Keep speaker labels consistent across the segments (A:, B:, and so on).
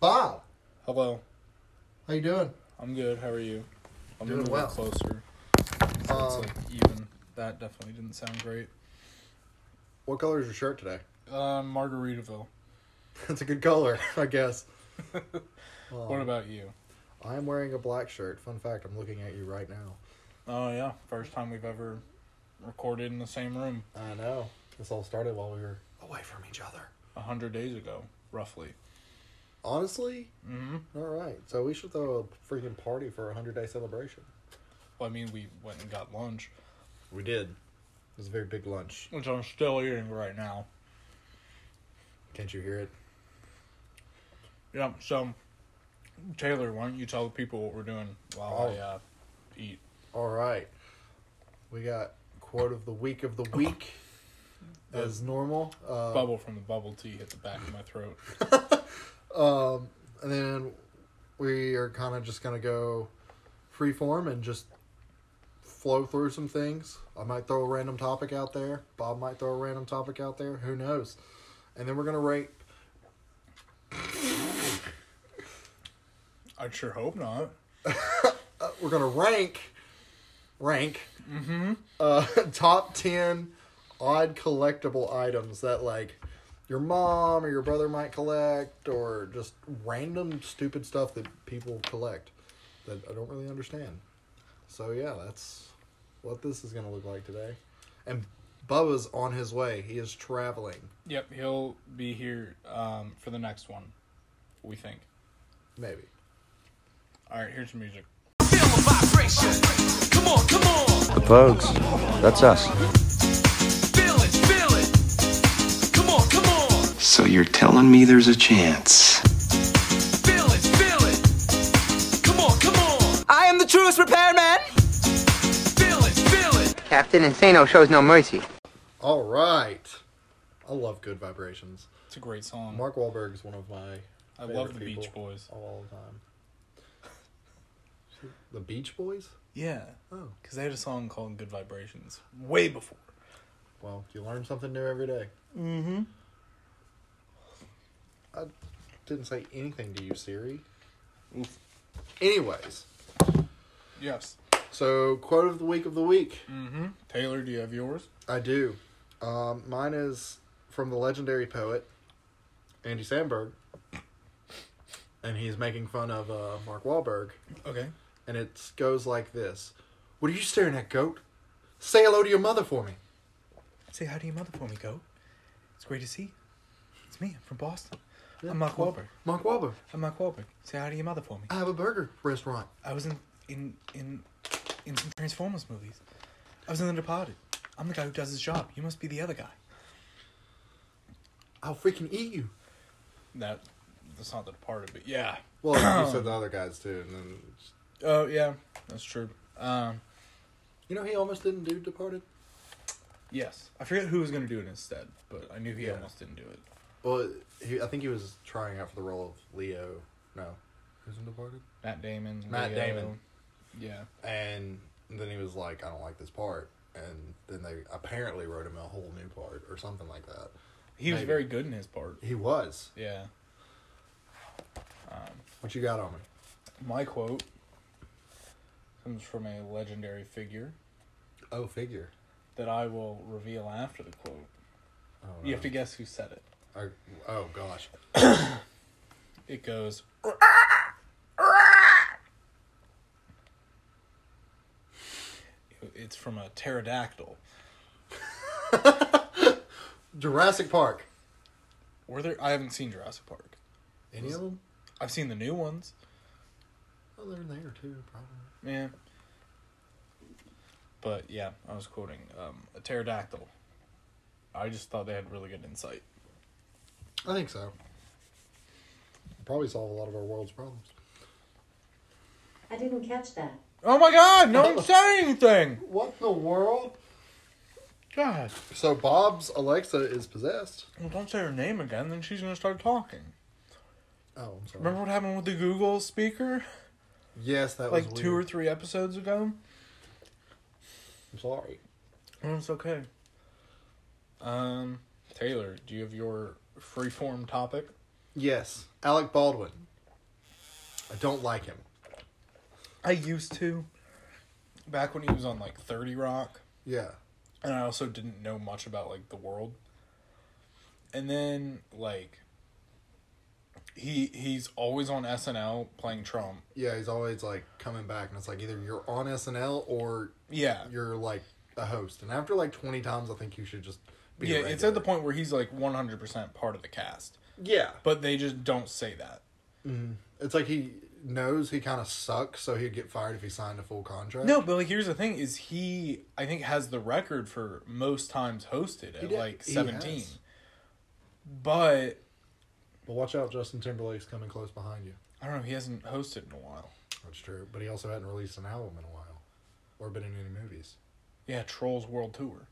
A: Bob,
B: Hello.
A: how you doing?
B: I'm good. How are you? I'm
A: Doing
B: moving
A: well.
B: closer.
A: Um,
B: it's like even. That definitely didn't sound great.
A: what color is your shirt today?
B: Uh, Margaritaville.
A: That's a good color, I guess. Oh.
B: What about you?
A: I'm wearing a black shirt. Fun fact, I'm looking at you right now.
B: Oh yeah, first time we've ever recorded in the same room.
A: I know. This all started while we were away from each other.
B: A hundred days ago, roughly.
A: Honestly,
B: Mm-hmm.
A: all right. So we should throw a freaking party for a hundred day celebration.
B: Well, I mean, we went and got lunch,
A: We did. It was a very big lunch.
B: which I'm still eating right now.
A: Can't you hear it?
B: Yeah. So, Taylor, why don't you tell the people what we're doing while
A: Oh.
B: I uh, eat?
A: All right. We got quote of the week of the week, as normal. Uh,
B: Bubble from the bubble tea hit the back of my throat.
A: Um, and then we are kind of just gonna go free form and just flow through some things. I might throw a random topic out there. Bob might throw a random topic out there. Who knows? And then we're gonna rate.
B: I sure hope not.
A: Uh, we're gonna rank, rank, uh, top ten odd collectible items that like your mom or your brother might collect, or just random stupid stuff that people collect that I don't really understand. So yeah, that's what this is gonna look like today. And Bubba's on his way. He is traveling.
B: Yep, he'll be here um, for the next one, we think.
A: Maybe.
B: All right, here's some music.
C: Feel the vibration. Come on, come on.
D: Folks, that's us.
C: Feel it, feel it. Come on, come on.
E: So you're telling me there's a chance?
C: Feel it, feel it. Come on, come on.
F: I am the truest repairman.
C: Feel it, feel it.
F: Captain Insano shows no mercy.
A: All right. I love good vibrations.
B: It's a great song.
A: Mark Wahlberg is one of my.
B: I
A: favorite
B: love the
A: people
B: Beach Boys.
A: of all time. the Beach Boys?
B: Yeah,
A: Oh,
B: because they had a song called "Good Vibrations" way before.
A: well, you learn something new every day. Mm-hmm. I didn't say anything to you, Siri.
B: Oof.
A: Anyways,
B: Yes.
A: so quote of the week of the week.
B: Mm-hmm. Taylor, do you have yours?
A: I do. Um, mine is from the legendary poet Andy Samberg, and he's making fun of uh, Mark Wahlberg.
B: Okay.
A: and it goes like this What are you staring at, goat? Say hello to your mother for me.
B: Say hi to your mother for me, Goat. It's great to see. you. It's me. I'm from Boston.
A: Yeah,
B: I'm Mark Wahlberg.
A: Mark Wahlberg,
B: I'm Mark Wahlberg. Say hi to your mother for me.
A: I have a burger restaurant.
B: I was in in in in some Transformers movies. I was in The Departed. I'm the guy who does his job. You must be the other guy.
A: I'll freaking eat you.
B: That that's not The Departed, but yeah.
A: Well, you said the other guys too, and then
B: Oh yeah, that's true. Um,
A: you know he almost didn't do Departed.
B: yes, I forget who was gonna do it instead, but I knew he
A: Yeah.
B: almost didn't do it.
A: Well, he, I think he was trying out for the role of Leo. No, who's in Departed?
B: Matt Damon.
A: Matt Damon.
B: Yeah.
A: And then he was like, I don't like this part, and then they apparently wrote him a whole new part or something like that.
B: He was
A: Maybe.
B: very good in his part.
A: He was.
B: Yeah.
A: What you got on me?
B: My quote comes from a legendary figure
A: Oh, figure.
B: that I will reveal after the quote.
A: Oh,
B: You have to guess who said it.
A: I, oh gosh.
B: It goes, it's from a pterodactyl.
A: Jurassic Park.
B: Were there? I haven't seen Jurassic Park.
A: Any of them?
B: I've seen the new ones.
A: Oh, they're in there too, probably.
B: Yeah. But yeah, I was quoting um, a pterodactyl. I just thought they had really good insight.
A: I think so. Probably solve a lot of our world's problems.
G: I didn't catch that.
B: Oh my god, no one said anything!
A: What in the world?
B: God.
A: So Bob's Alexa is possessed.
B: Well, don't say her name again, then she's gonna start talking.
A: Oh, I'm sorry.
B: Remember what happened with the Google speaker?
A: Yes, that
B: Like
A: was
B: two or
A: weird.
B: three episodes ago?
A: I'm sorry.
B: Oh, it's okay. Um, Taylor, do you have your freeform topic?
A: Yes, Alec Baldwin. I don't like him.
B: I used to back when he was on like 30 Rock,
A: Yeah.
B: and I also didn't know much about like the world. And then like he he's always on SNL playing Trump.
A: Yeah, he's always like coming back, and it's like either you're on SNL or
B: Yeah.
A: you're like a host. And after like 20 times, I think you should just be.
B: yeah,
A: a
B: it's at the
A: regular.
B: point where he's like 100% part of the cast,
A: Yeah.
B: but they just don't say that.
A: It's like he knows he kind of sucks, so he'd get fired if he signed a full contract.
B: No, but like here's the thing is he I think has the record for most times hosted at
A: did-
B: like
A: he
B: 17.
A: has.
B: But
A: But watch out, Justin Timberlake's coming close behind you.
B: I don't know, he hasn't hosted in a while.
A: That's true. But he also hadn't released an album in a while or been in any movies.
B: Yeah, Trolls World Tour.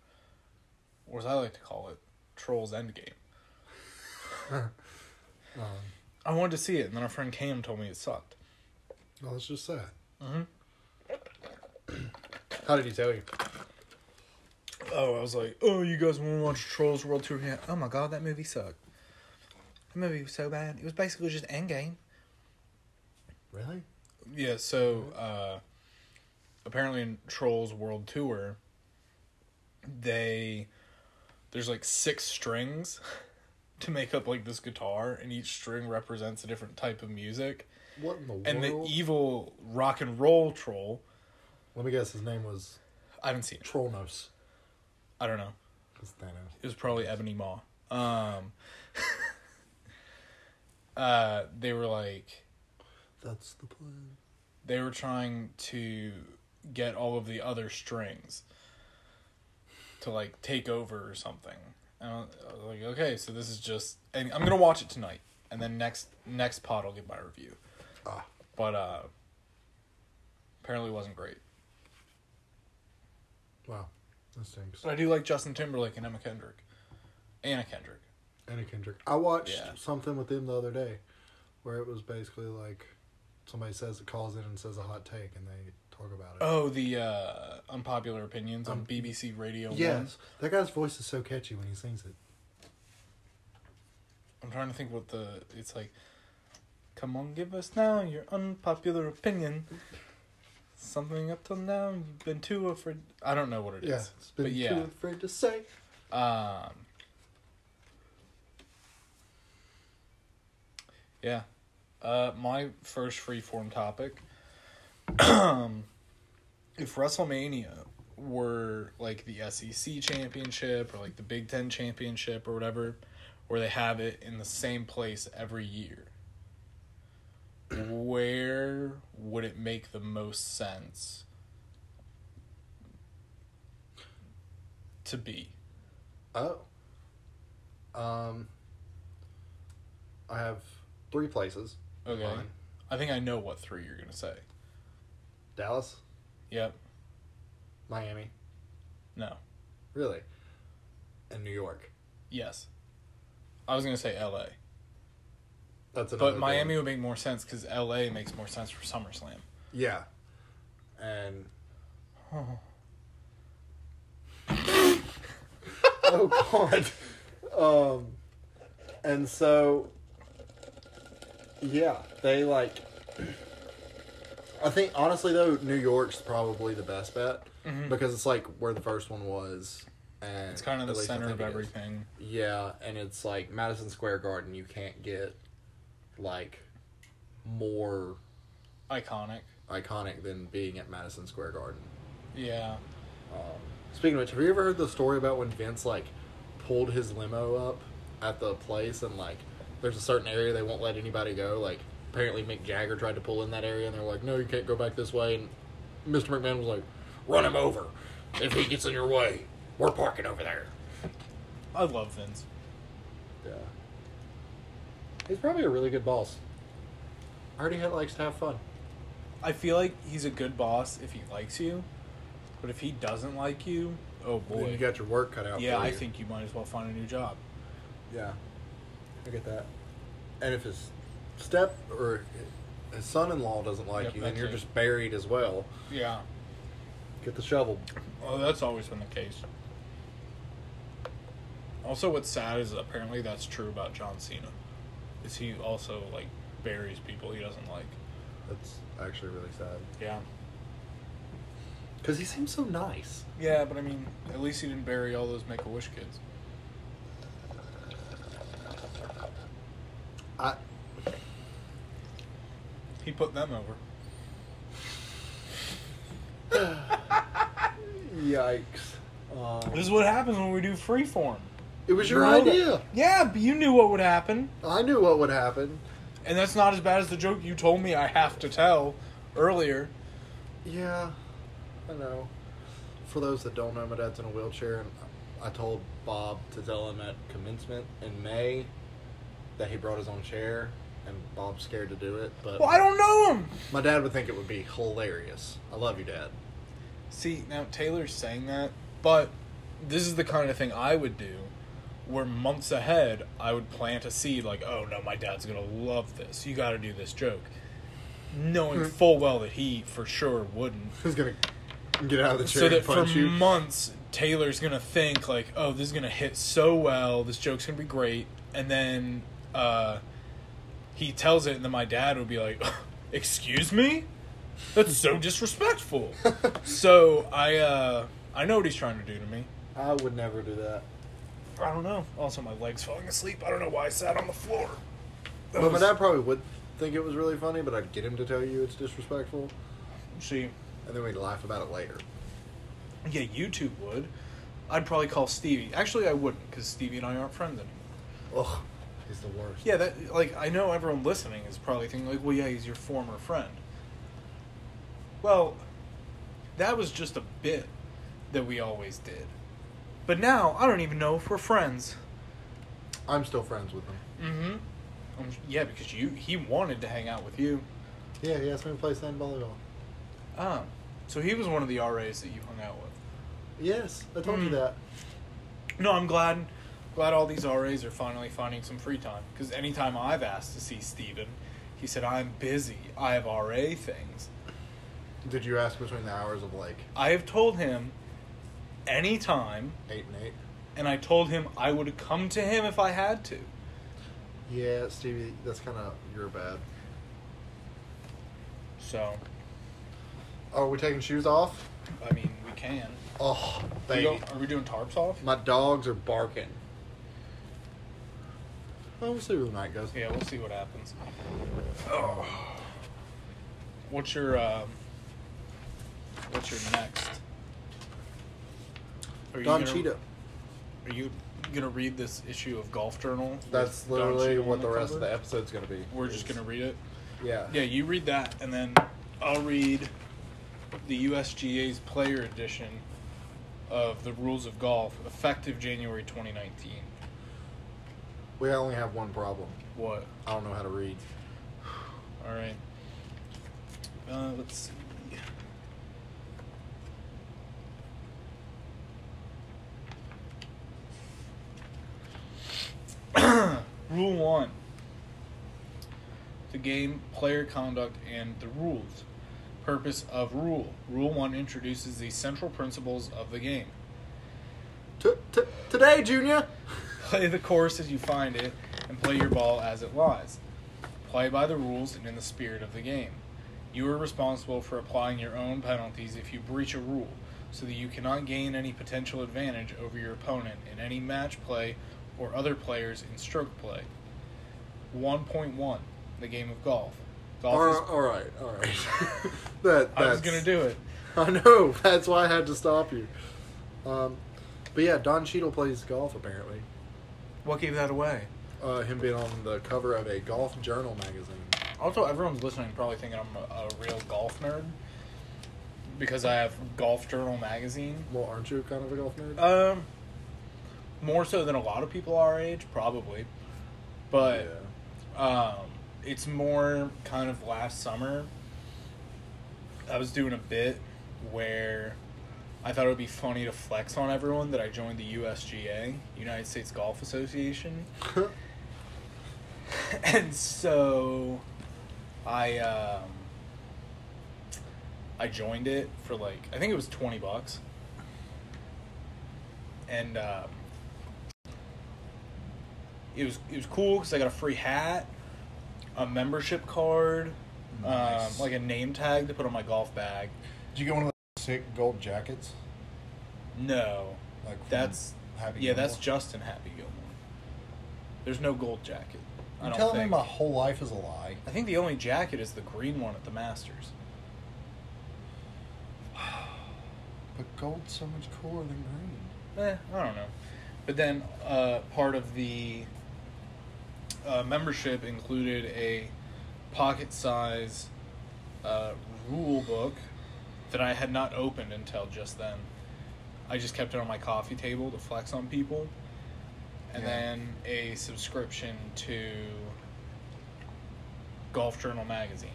B: Or as I like to call it, Trolls Endgame. I wanted to see it, and then our friend Cam told me it sucked.
A: Well, that's just sad. Mm-hmm.
B: Mm-hmm.
A: How did he tell you?
B: Oh, I was like, oh, you guys want to watch Trolls World Tour? Yeah. Oh my god, that movie sucked. That movie was so bad. It was basically just Endgame.
A: Really?
B: Yeah, so uh, apparently in Trolls World Tour, they there's like six strings to make up like this guitar, and each string represents a different type of music.
A: What in the
B: And the e-
A: world?
B: evil rock and roll troll,
A: Let me guess. His name was
B: I haven't seen. It.
A: Trollnos.
B: I don't know.
A: It's Thanos.
B: It was probably Ebony Maw. Um, uh, they were like,
A: That's the plan.
B: they were trying to get all of the other strings to like take over or something. And I was like, okay, so this is just, and I'm gonna watch it tonight, and then next next pod I'll get my review.
A: Ah.
B: But uh, apparently it wasn't great.
A: Wow. That stinks.
B: But I do like Justin Timberlake and Emma Kendrick, Anna Kendrick.
A: Anna Kendrick. I watched
B: Yeah.
A: something with him the other day where it was basically like somebody says it calls in and says a hot take and they talk about it.
B: Oh, the uh, unpopular opinions on BBC Radio. One.
A: yes. That guy's voice is so catchy when he sings it.
B: I'm trying to think what the it's like. Come on, give us now your unpopular opinion. Something up till now you've been too afraid. I don't know what it is,
A: Yeah. It's been
B: but
A: too
B: yeah,
A: afraid to say.
B: um, yeah. Uh, my first freeform topic. if WrestleMania were like the SEC championship or like the Big Ten championship or whatever, where they have it in the same place every year, where would it make the most sense to be?
A: Oh. Um I have three places.
B: Okay.
A: Fine.
B: I think I know what three you're gonna say.
A: Dallas,
B: Yep.
A: Miami,
B: No.
A: really. And New York.
B: Yes. I was gonna say L.A.,
A: That's another
B: but
A: big
B: Miami
A: one.
B: would make more sense because L.A. makes more sense for SummerSlam.
A: Yeah. And Oh god. Um and so yeah, they like I think honestly though New York's probably the best bet because it's like where the first one was and
B: Mm-hmm. It's kind of
A: at
B: the
A: least I
B: center
A: think
B: of
A: it is.
B: everything.
A: Yeah, and it's like Madison Square Garden you can't get like more
B: Iconic.
A: iconic than being at Madison Square Garden.
B: Yeah.
A: Speaking of which, have you ever heard the story about when Vince like pulled his limo up at the place and like there's a certain area they won't let anybody go? Like apparently Mick Jagger tried to pull in that area and they're like, No, you can't go back this way and Mr. McMahon was like, Run him over. If he gets in your way, we're parking over there.
B: I love Vince.
A: Yeah. He's probably a really good boss. I heard he had- likes to have fun.
B: I feel like he's a good boss if he likes you, but if he doesn't like you, oh boy.
A: you got your work cut out.
B: yeah,
A: for
B: I
A: you.
B: think you might as well find a new job.
A: Yeah, I get that. And if his step or his son-in-law doesn't like
B: Yep,
A: you, then
B: that's
A: you're
B: it.
A: just buried as well.
B: Yeah.
A: Get the shovel.
B: Oh, that's always been the case. Also, what's sad is apparently that's true about John Cena. Is he also like buries people he doesn't like?
A: That's actually really sad.
B: Yeah.
A: Because he seems so nice.
B: Yeah, but I mean, at least he didn't bury all those Make a Wish kids.
A: I,
B: He put them over.
A: yikes. Um,
B: This is what happens when we do freeform.
A: It was your
B: You know that-
A: idea.
B: Yeah, but you knew what would happen,
A: I knew what would happen.
B: and that's not as bad as the joke you told me I have to tell earlier.
A: Yeah, I know. For those that don't know, my dad's in a wheelchair, and I told Bob to tell him at commencement in May that he brought his own chair, and Bob's scared to do it. But
B: Well, I don't know him.
A: my dad would think it would be hilarious. I love you, Dad.
B: See, now Taylor's saying that, but this is the kind of thing I would do where months ahead I would plant a seed like, oh no, my dad's gonna love this. You gotta do this joke. Knowing full well that he for sure wouldn't.
A: Who's gonna get out of the chair
B: So
A: and
B: that for
A: punch you?
B: months Taylor's gonna think like, oh, this is gonna hit so well, this joke's gonna be great, and then uh he tells it and then my dad would be like, Excuse me? That's so disrespectful. so I uh I know what he's trying to do to me.
A: I would never do that.
B: I don't know. Also, my leg's falling asleep. I don't know why I sat on the floor.
A: But my dad probably would think it was really funny, but I'd get him to tell you it's disrespectful,
B: See,
A: and then we'd laugh about it later.
B: yeah, you two would. I'd probably call Stevie. Actually, I wouldn't because Stevie and I aren't friends anymore.
A: Ugh, he's the worst.
B: Yeah, that like I know everyone listening is probably thinking like, well, yeah, he's your former friend. Well, that was just a bit that we always did, but now I don't even know if we're friends.
A: I'm still friends with him.
B: Mm-hmm. Um, yeah, because you he wanted to hang out with you.
A: Yeah, he asked me to play sand volleyball.
B: Um, so he was one of the RAs that you hung out with.
A: Yes, I told you
B: Hmm.
A: that.
B: No, I'm glad. Glad all these RAs are finally finding some free time. Because anytime I've asked to see Steven, he said, I'm busy. I have RA things.
A: Did you ask between the hours of like
B: I have told him anytime,
A: eight and eight?
B: and I told him I would come to him if I had to.
A: Yeah, Stevie, that's kind of your bad.
B: So,
A: Are we taking shoes off?
B: I mean, we can.
A: Oh,
B: We
A: baby,
B: go- are we doing tarps off?
A: my dogs are barking. Well, we'll see where the night goes.
B: Yeah, we'll see what happens. Oh. What's your um, What's your next? Are you
A: Don
B: gonna-
A: Cheetah.
B: Are you gonna read this issue of Golf Journal?
A: That's
B: with
A: literally
B: Don Cheadle
A: what
B: on
A: the rest of
B: cover?
A: the episode's gonna be.
B: We're just gonna read it.
A: Yeah.
B: Yeah, you read that, and then I'll read the USGA's Player Edition of the Rules of Golf, effective January 2019.
A: We only have one problem.
B: What?
A: I don't know how to read.
B: All right. Uh, let's see. Rule one the game, player conduct, and the rules. Purpose of rule. Rule one introduces the central principles of the game.
A: T- t- today, Junior.
B: Play the course as you find it, and play your ball as it lies. Play by the rules and in the spirit of the game. You are responsible for applying your own penalties if you breach a rule, so that you cannot gain any potential advantage over your opponent in any match play or other players in stroke play. 1.1 The game of golf. Golf
A: All
B: is.
A: right, all right, all right. that that's,
B: I was going to do it.
A: I know. That's why I had to stop you. Um, but yeah, Don Cheadle plays golf apparently.
B: What gave that away?
A: Uh, him being on the cover of a golf journal magazine.
B: Also, everyone's listening probably thinking I'm a, a real golf nerd because I have Golf Journal magazine.
A: Well, aren't you kind of a golf nerd?
B: Um, more so than a lot of people our age, probably. But um, it's more kind of last summer. I was doing a bit where I thought it would be funny to flex on everyone that I joined the USGA, United States Golf Association.
A: Uh,
B: and so I um, I joined it for like I think it was twenty bucks, and um, it was it was cool because I got a free hat, a membership card, um, like a name tag to put on my golf bag.
A: Did you get one of those sick gold jackets?
B: No,
A: Like from
B: that's
A: Happy
B: yeah, that's
A: Gilmore?
B: Justin Happy Gilmore. There's no gold jacket. I
A: You're
B: don't
A: telling
B: think.
A: me my whole life is a lie.
B: I think the only jacket is the green one at the Masters.
A: But gold's so much cooler than green.
B: Eh, I don't know. But then uh, part of the uh, membership included a pocket size uh, rule book that I had not opened until just then. I just kept it on my coffee table to flex on people. And
A: Yeah.
B: then a subscription to Golf Journal magazine.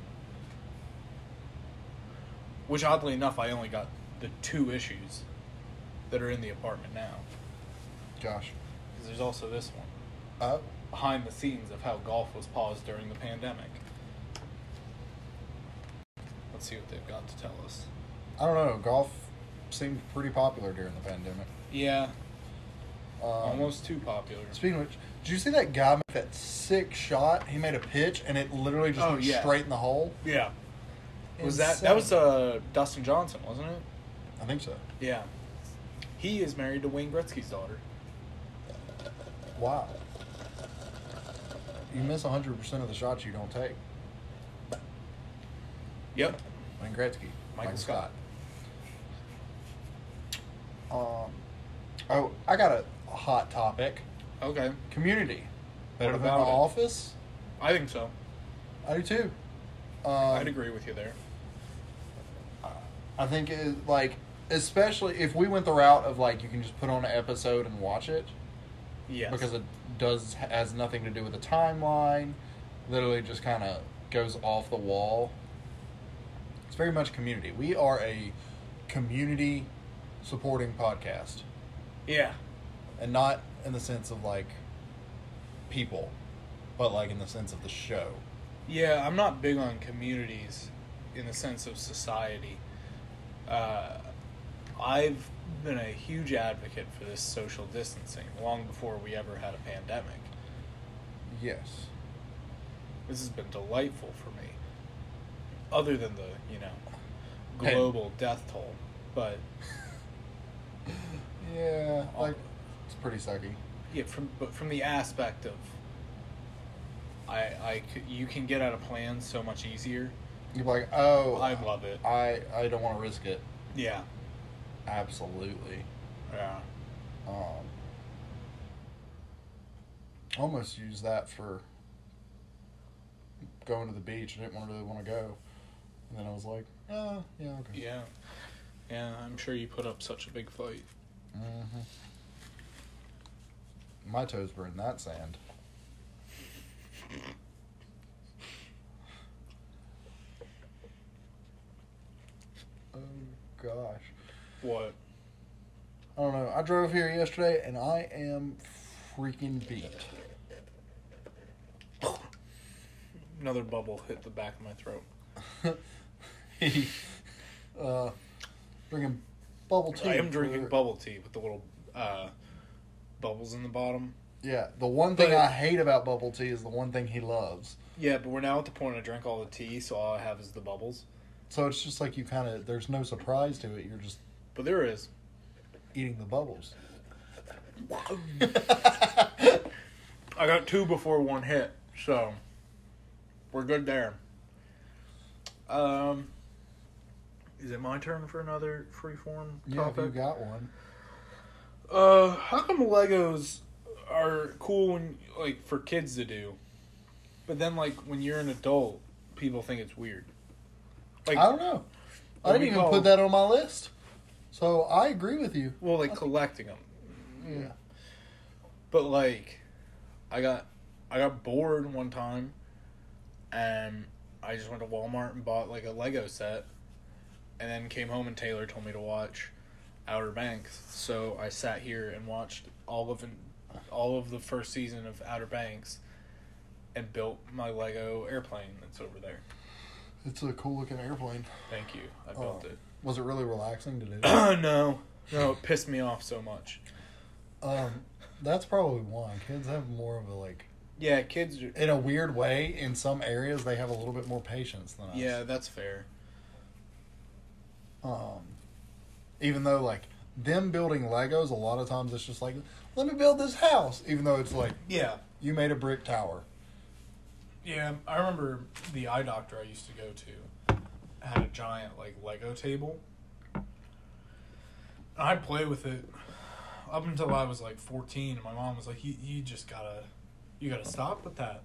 B: Which, oddly enough, I only got the two issues that are in the apartment now.
A: Josh.
B: 'Cause there's also this one
A: Uh,
B: behind the scenes of how golf was paused during the pandemic. Let's see what they've got to tell us.
A: I don't know. Golf seemed pretty popular during the pandemic.
B: Yeah,
A: Um,
B: almost too popular.
A: Speaking of which, did you see that guy make that sick shot? He made a pitch and it literally just
B: Oh,
A: went
B: yeah.
A: straight in the hole.
B: Yeah, was that that was
A: Insane.
B: uh, Dustin Johnson, wasn't it?
A: I think so.
B: Yeah, he is married to Wayne Gretzky's daughter.
A: Wow. You miss 100% of the shots you don't take.
B: Yep.
A: Wayne Gretzky.
B: Michael Scott.
A: Um, oh, I got a hot topic.
B: Okay,
A: Community. Better
B: What
A: than
B: about
A: The
B: it?
A: Office?
B: I think so.
A: I do too. Um,
B: I'd agree with you there.
A: I think it, like especially if we went the route of like you can just put on an episode and watch it
B: Yes.
A: because it does has nothing to do with the timeline. Literally just kind of goes off the wall. It's very much community. We are a community supporting podcast
B: yeah,
A: and not in the sense of like people, but like in the sense of the show.
B: Yeah, I'm not big on communities in the sense of society. Uh, I've been a huge advocate for this social distancing long before we ever had a pandemic.
A: Yes.
B: This has been delightful for me. Other than the, you know,
A: Pan-
B: global death toll. But
A: Yeah, like it's pretty sucky.
B: yeah, from but from the aspect of I I c- you can get out of plans so much easier.
A: You're like, oh,
B: I love it.
A: I I don't want to risk it.
B: Yeah.
A: Absolutely.
B: Yeah.
A: Um, almost used that for going to the beach. I didn't want really want to go, and then I was like, uh, yeah, okay.
B: Yeah. Yeah, I'm sure you put up such a big fight.
A: Mm-hmm. My toes were in that sand. oh gosh.
B: What?
A: I don't know. I drove here yesterday and I am freaking beat.
B: Another bubble hit the back of my throat.
A: uh, drinking bubble tea.
B: I am drinking
A: for-
B: bubble tea with the little uh, bubbles in the bottom.
A: Yeah, the one thing
B: But-
A: I hate about bubble tea is the one thing he loves.
B: Yeah, but we're now at the point I drink all the tea, so all I have is the bubbles.
A: So it's just like you kind of there's no surprise to it. You're just
B: But there is.
A: eating the bubbles.
B: I got two before one hit, so we're good there. Um, is it my turn for another freeform
A: Yeah, if you
B: topic?
A: got one.
B: Uh, how come Legos are cool when like for kids to do, but then like when you're an adult, people think it's weird. Like
A: I don't know. I
B: What
A: didn't
B: we
A: even
B: call-
A: put that on my list. So I agree with you.
B: well, like collecting them,
A: Yeah.
B: but like I got I got bored one time, and I just went to Walmart and bought like a Lego set, and then came home and Taylor told me to watch Outer Banks, so I sat here and watched all of an, all of the first season of Outer Banks. And built my Lego airplane that's over there.
A: It's a cool looking airplane.
B: Thank you. I built
A: Oh.
B: it.
A: Was it really relaxing to do?
B: no, no, it pissed me off so much.
A: Um, that's probably why kids have more of a like
B: Yeah, kids. Are,
A: in a weird way, in some areas, they have a little bit more patience than us.
B: yeah, that's fair.
A: Um, Even though, like, them building Legos, a lot of times it's just like, let me build this house. Even though it's like,
B: Yeah,
A: you made a brick tower.
B: yeah. I remember the eye doctor I used to go to had a giant like Lego table. And I played with it up until I was like fourteen, and my mom was like, "You you just gotta, you gotta stop with that."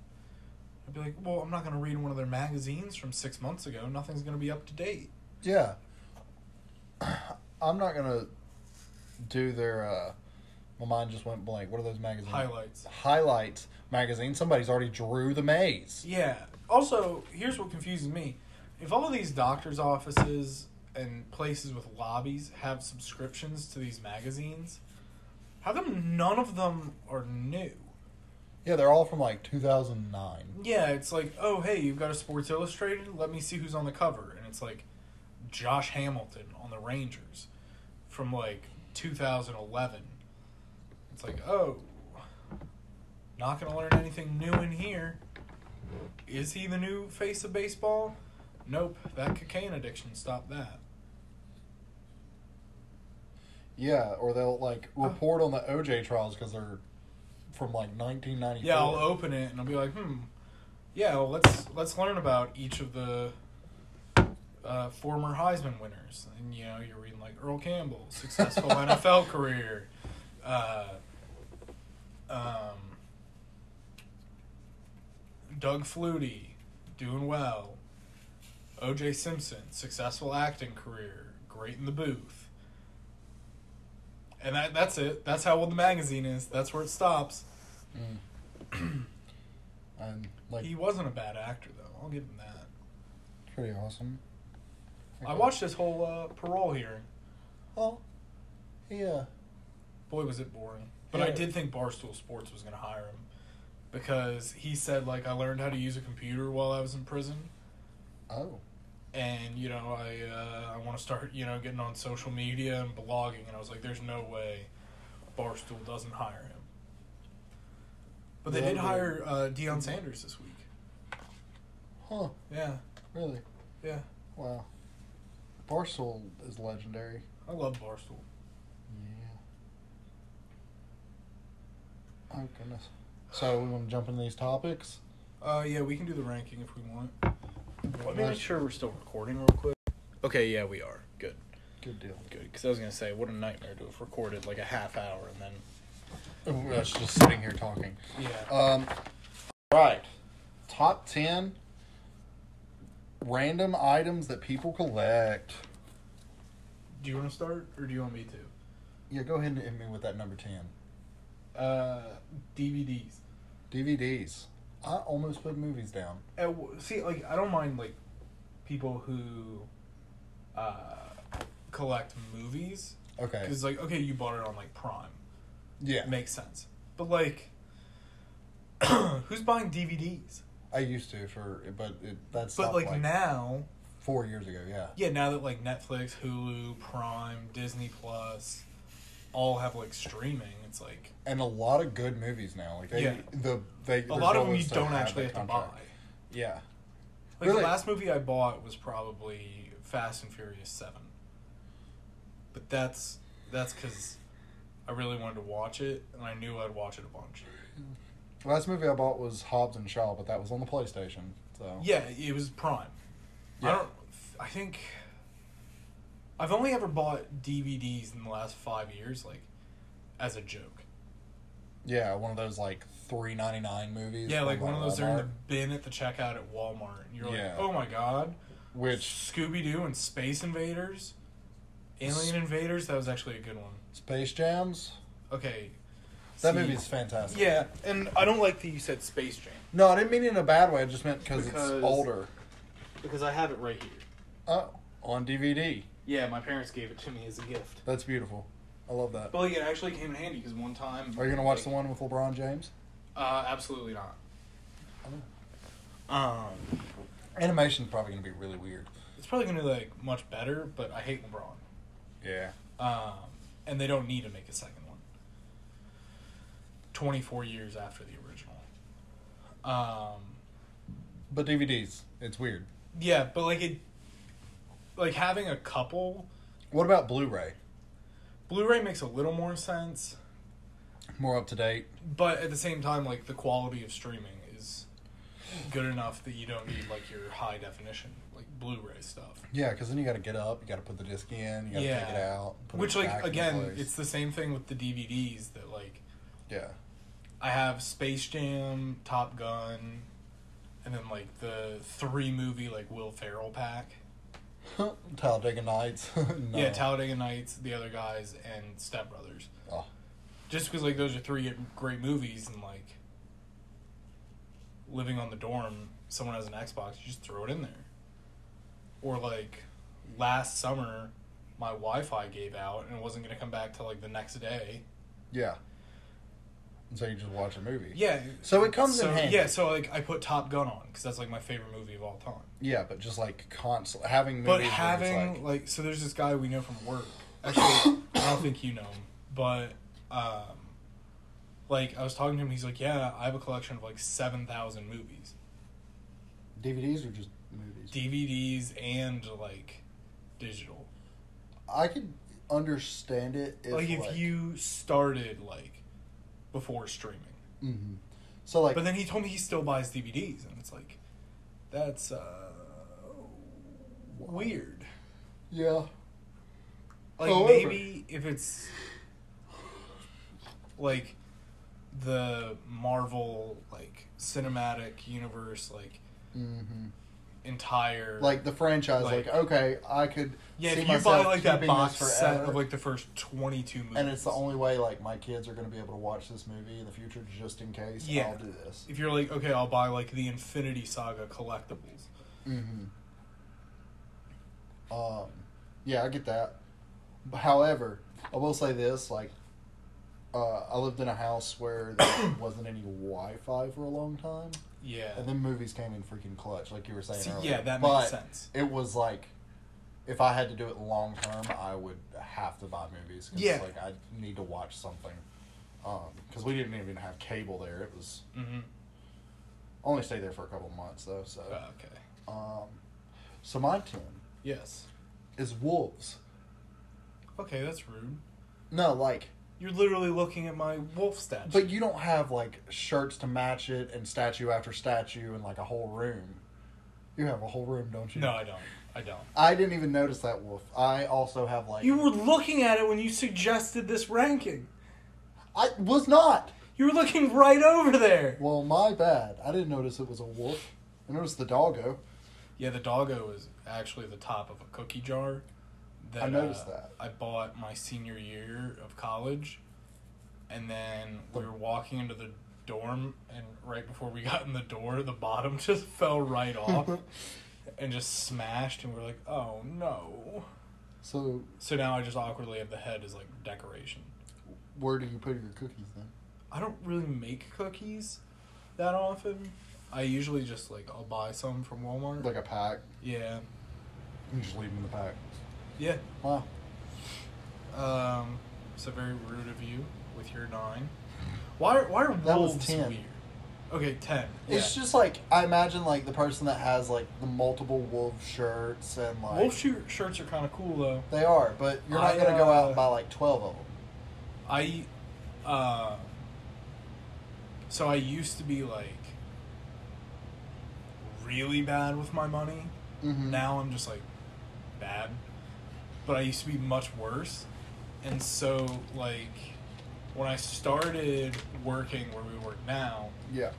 B: I'd be like, "Well, I'm not gonna read one of their magazines from six months ago. Nothing's gonna be up to date."
A: Yeah. I'm not going to do their, uh, my mind just went blank. What are those magazines?
B: Highlights.
A: Highlights magazine. Somebody's already drew the maze.
B: Yeah. Also, here's what confuses me. If all these doctors' offices and places with lobbies have subscriptions to these magazines, how come none of them are new?
A: Yeah, they're all from like 2009.
B: Yeah, it's like, oh, hey, you've got a Sports Illustrated? Let me see who's on the cover. And it's like Josh Hamilton on the Rangers from like 2011. It's like, oh, not going to learn anything new in here. Is he the new face of baseball? Nope, that cocaine addiction stopped that.
A: Yeah, or they'll like
B: Uh.
A: report on the OJ trials because they're from like 1994.
B: Yeah, I'll open it and I'll be like, hmm. Yeah, well, let's let's learn about each of the uh, former Heisman winners, and you know, you're reading like Earl Campbell, successful NFL career. Uh, um, Doug Flutie, doing well. O.J. Simpson, successful acting career, great in the booth. And that, that's it. That's how old the magazine is. That's where it stops.
A: And like,
B: He wasn't a bad actor, though. I'll give him that.
A: pretty awesome.
B: I watched his whole uh, parole hearing.
A: Oh, yeah.
B: Boy, was it boring. But I
A: Yeah.
B: did think Barstool Sports was going to hire him because he said, like, I learned how to use a computer while I was in prison.
A: Oh,
B: And, you know, I, uh, I want to start, you know, getting on social media and blogging. And I was like, there's no way Barstool doesn't hire him. But they did
A: Well,
B: hire uh, Deion Sanders this week.
A: huh?
B: Yeah,
A: Really?
B: yeah.
A: Wow. Barstool is legendary.
B: I love Barstool.
A: Yeah. Oh goodness. So we want to jump into these topics.
B: Uh, yeah, we can do the ranking if we want. Let me
A: Nice.
B: make sure we're still recording real quick. Okay, yeah, we are. Good,
A: Good deal.
B: good. Because I was gonna say, what a nightmare to have recorded like a half hour and then.
A: That's just sitting here talking.
B: Yeah.
A: Um, right. Top 10 random items that people collect.
B: do you want to start or do you want me to?
A: Yeah, go ahead and hit me with that number 10.
B: Uh, DVDs.
A: DVDs. I almost put movies down.
B: Uh, w- see, like I don't mind like people who uh, collect movies
A: Okay.
B: because like okay, you bought it on like Prime,
A: Yeah.
B: makes sense. But like, who's buying DVDs?
A: I used to for, but it, that's
B: But like,
A: like
B: now,
A: four years ago. Yeah.
B: yeah, now that like Netflix, Hulu, Prime, Disney Plus, all have like streaming, it's like
A: And a lot of good movies now. Like they,
B: Yeah.
A: the they.
B: a lot of them you don't actually have to buy.
A: Yeah.
B: Like
A: Really?
B: the last movie I bought was probably Fast and Furious Seven, but that's that's because I really wanted to watch it and I knew I'd watch it a bunch.
A: Last movie I bought was Hobbs and Shaw, but that was on the PlayStation. So
B: Yeah, it was Prime. I
A: Yeah.
B: don't. I think I've only ever bought DVDs in the last five years, like as a joke.
A: Yeah, one of those like three ninety nine movies.
B: Yeah,
A: from,
B: like one of those they're in the
A: Walmart,
B: bin at the checkout at Walmart, and you're like,
A: Yeah.
B: oh my god,
A: which
B: Scooby Doo and Space Invaders, Alien Invaders. That was actually a good one.
A: Space Jams.
B: Okay,
A: That
B: See-
A: movie's fantastic.
B: Yeah, and I don't like that you said Space Jam
A: No, I didn't mean it in a bad way. I just meant because it's
B: Because-
A: older.
B: because I have it right here.
A: Oh, on DVD.
B: Yeah, my parents gave it to me as a gift.
A: That's beautiful. I love that.
B: Well, yeah, it actually came in handy because one time.
A: Are you gonna watch
B: like,
A: the one with LeBron James?
B: Uh, absolutely not.
A: Oh.
B: Um,
A: Animation's probably gonna be really weird.
B: it's probably gonna be like much better, but I hate LeBron.
A: Yeah.
B: Um, and they don't need to make a second one. Twenty four years after the original. Um,
A: But DVDs, it's weird.
B: Yeah, but like it, like having a couple
A: What about Blu-ray?
B: Blu-ray makes a little more sense,
A: More up to date.
B: but at the same time, like the quality of streaming is good enough that you don't need like your high definition like Blu-ray stuff.
A: Yeah, because then you got to get up, you got to put the disc in, you got to
B: yeah,
A: take it out. put
B: which
A: it back
B: like
A: in
B: again,
A: place.
B: it's the same thing with the DVDs that like
A: yeah,
B: I have Space Jam, Top Gun, and then like the three movie like Will Ferrell pack.
A: Talladega Nights. no.
B: Yeah, Talladega Nights, The Other Guys, and Step Brothers.
A: Oh.
B: Just because like those are three great movies, and like living on the dorm, someone has an Xbox, you just throw it in there. Or like last summer, my Wi-Fi gave out and it wasn't gonna come back till like the next day.
A: yeah. And so you just watch a movie.
B: Yeah.
A: So it comes
B: so,
A: in handy.
B: Yeah, so like I put Top Gun on because that's like my favorite movie of all time.
A: Yeah, but just like constant having movies.
B: But
A: where it's
B: having like,
A: like,
B: so there's this guy we know from work. Actually, I don't think you know him, but um, like I was talking to him, he's like, "Yeah, I have a collection of like seven thousand movies,
A: DVDs or just movies.
B: DVDs, and like digital.
A: I could understand it if
B: like if you started like before streaming."
A: mm-hmm. so like
B: But then he told me he still buys DVDs, and it's like, that's uh, weird.
A: yeah
B: Like
A: However-
B: maybe if it's like the Marvel like cinematic universe like entire
A: mm-hmm. like the franchise like,
B: Like-
A: okay I could
B: yeah
A: see
B: if you buy
A: myself
B: like that
A: keeping
B: box
A: this
B: set
A: forever.
B: of like the first twenty two movies
A: and it's the only way like my kids are going to be able to watch this movie in the future just in case
B: Yeah.
A: I'll do this
B: if you're like okay I'll buy like the Infinity Saga collectibles
A: Mm-hmm. Um, yeah, I get that. However, I will say this: like, uh, I lived in a house where there wasn't any Wi-Fi for a long time,
B: yeah
A: and then movies came in freaking clutch, like you were saying.
B: See,
A: earlier.
B: yeah, that
A: But
B: makes sense.
A: It was like, if I had to do it long term, I would have to buy movies. 'cause,
B: Yeah.
A: like I need to watch something. Because we didn't even have cable there; it was
B: Mhm.
A: only stayed there for a couple months though. So, um,
B: Uh, okay
A: so my ten
B: yes
A: is wolves.
B: okay that's rude
A: No, like
B: you're literally looking at my wolf statue
A: But you don't have like shirts to match it and statue after statue and like a whole room. You have a whole room, don't you?
B: no I don't I don't
A: I didn't even notice that wolf. I also have like
B: you were looking at it when you suggested this ranking.
A: I was not.
B: You were looking right over there.
A: Well, my bad. I didn't notice it was a wolf. I noticed the doggo.
B: Yeah, the doggo is actually the top of a cookie jar. That,
A: I noticed
B: uh,
A: that.
B: I bought my senior year of college, and then we were walking into the dorm, and right before we got in the door, the bottom just fell right off, and just smashed, and we are like, "Oh no!"
A: So
B: So now I just awkwardly have the head as like decoration.
A: where do you put your cookies then?
B: I don't really make cookies that often. I usually just like I'll buy some from Walmart.
A: Like a pack.
B: yeah,
A: You just leave them in the pack.
B: yeah.
A: Wow.
B: Um, so very rude of you with your nine. Why? are- Why are
A: That was
B: wolves
A: 10.
B: weird? Okay, ten.
A: It's just like I imagine like the person that has like the multiple wolf shirts and like
B: wolf shirt shirts are kind of cool though.
A: they are, but you're
B: I,
A: not gonna go out
B: uh,
A: and buy like twelve of them.
B: I, uh, so I used to be like really bad with my money.
A: Mm-hmm.
B: Now I'm just like bad, but I used to be much worse. And so, like, when I started working where we work now,
A: Yeah.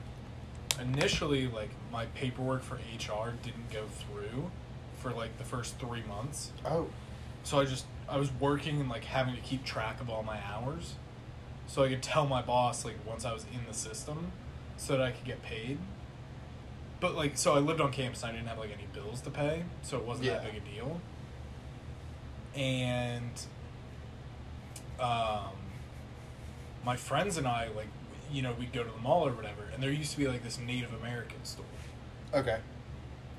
B: initially, like, my paperwork for HR didn't go through for like the first three months.
A: Oh.
B: So I just I was working and like having to keep track of all my hours, so I could tell my boss like once I was in the system, so that I could get paid. But like so I lived on campus, and I didn't have like any bills to pay, so it wasn't that
A: Yeah.
B: big a deal. And um, my friends and I like you know we'd go to the mall or whatever, and there used to be like this Native American store
A: Okay.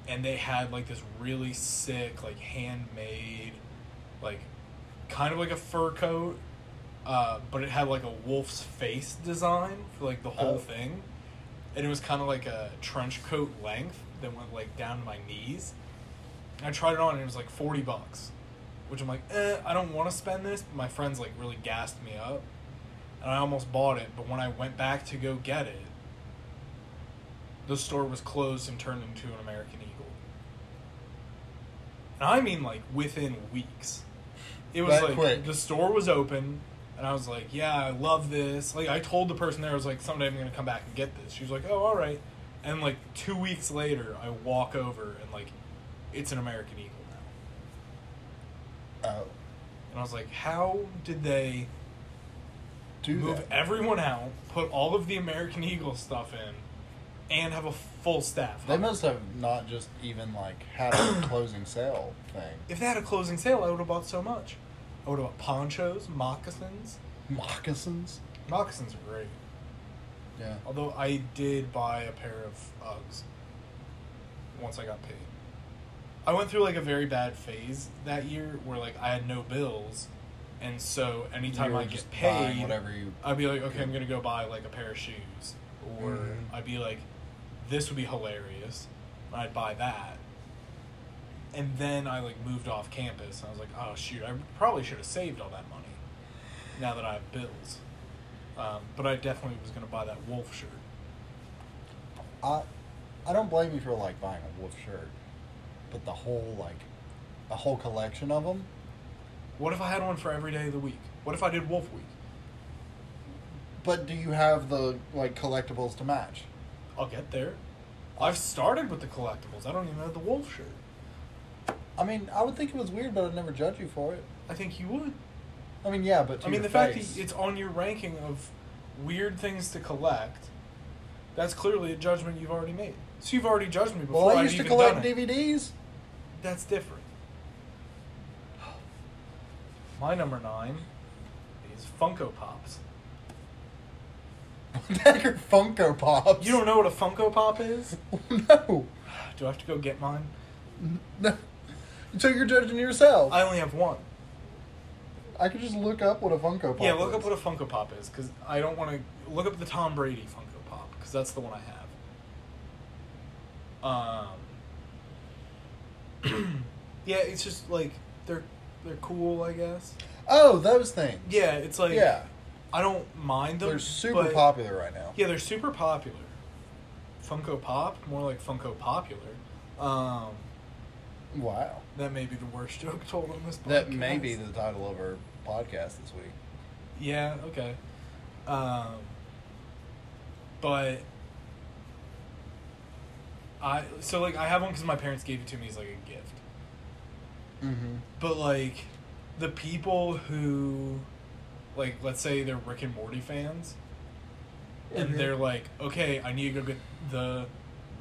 B: and they had like this really sick like handmade like kind of like a fur coat uh, but it had like a wolf's face design for like the whole
A: Oh.
B: thing and it was kind of like a trench coat length that went like down to my knees. And I tried it on, and it was like forty bucks, which I'm like, eh, I don't want to spend this. But my friends like really gassed me up, and I almost bought it. But when I went back to go get it, the store was closed and turned into an American Eagle. And I mean like within weeks. It was
A: That
B: like
A: quick.
B: the store was open and I was like, Yeah, I love this. Like I told the person there I was like, someday I'm gonna come back and get this. She was like, Oh, alright. And like two weeks later I walk over and like it's an American Eagle now.
A: Oh.
B: And I was like, How did they
A: Do
B: move
A: that.
B: everyone out, put all of the American Eagle stuff in, and have a full staff?
A: They must have not just even like had a closing sale thing.
B: If they had a closing sale, I would have bought so much. I would have bought ponchos, moccasins.
A: Moccasins.
B: Moccasins are great.
A: Yeah.
B: Although I did buy a pair of Uggs once I got paid. I went through like a very bad phase that year where like I had no bills, and so anytime
A: You were
B: I get
A: just buying
B: paid,
A: whatever you-
B: I'd be like, okay, I'm gonna go buy like a pair of shoes, or
A: Mhm.
B: I'd be like, this would be hilarious, and I'd buy that. And then I like moved off campus, and I was like, oh shoot, I probably should have saved all that money, now that I have bills. Um, but I definitely was gonna buy that wolf shirt.
A: I I don't blame you for like buying a wolf shirt, but the whole like a whole collection of them.
B: What if I had one for every day of the week? What if I did Wolf Week?
A: But do you have the like collectibles to match?
B: I'll get there. I've started with the collectibles. I don't even have the wolf shirt.
A: I mean, I would think it was weird, but I'd never judge you for it.
B: I think you would.
A: I mean, yeah, but to
B: I mean,
A: your
B: the fact
A: face.
B: that it's on your ranking of weird things to collect, that's clearly a judgment you've already made. So you've already judged me before
A: well, I
B: I've
A: used to
B: even
A: collect
B: done it.
A: DVDs.
B: That's different. My number nine is Funko Pops.
A: Decker Funko Pops.
B: You don't know what a Funko Pop is?
A: no,
B: Do I have to go get mine?
A: no. So you're judging yourself.
B: I
A: I,
B: only have one.
A: could just look up what a Funko Pop.
B: Yeah, look
A: is.
B: up what a Funko Pop is, because I don't want to look up the Tom Brady Funko Pop, because that's the one I have. Um, yeah, it's just like they're they're cool, I guess.
A: Oh, those things.
B: Yeah, it's like
A: Yeah.
B: I don't mind them.
A: They're super
B: but-
A: popular right now.
B: Yeah, they're super popular. Funko Pop, more like Funko Popular. Um,
A: Wow.
B: that may be the worst joke told on this. Podcast.
A: That may be the title of our podcast this week.
B: Yeah, okay. Um, but I so like I have one because my parents gave it to me as like a gift.
A: Mm-hmm.
B: But like the people who like let's say they're Rick and Morty fans
A: Mm-hmm.
B: and they're like, "Okay, I need to go get the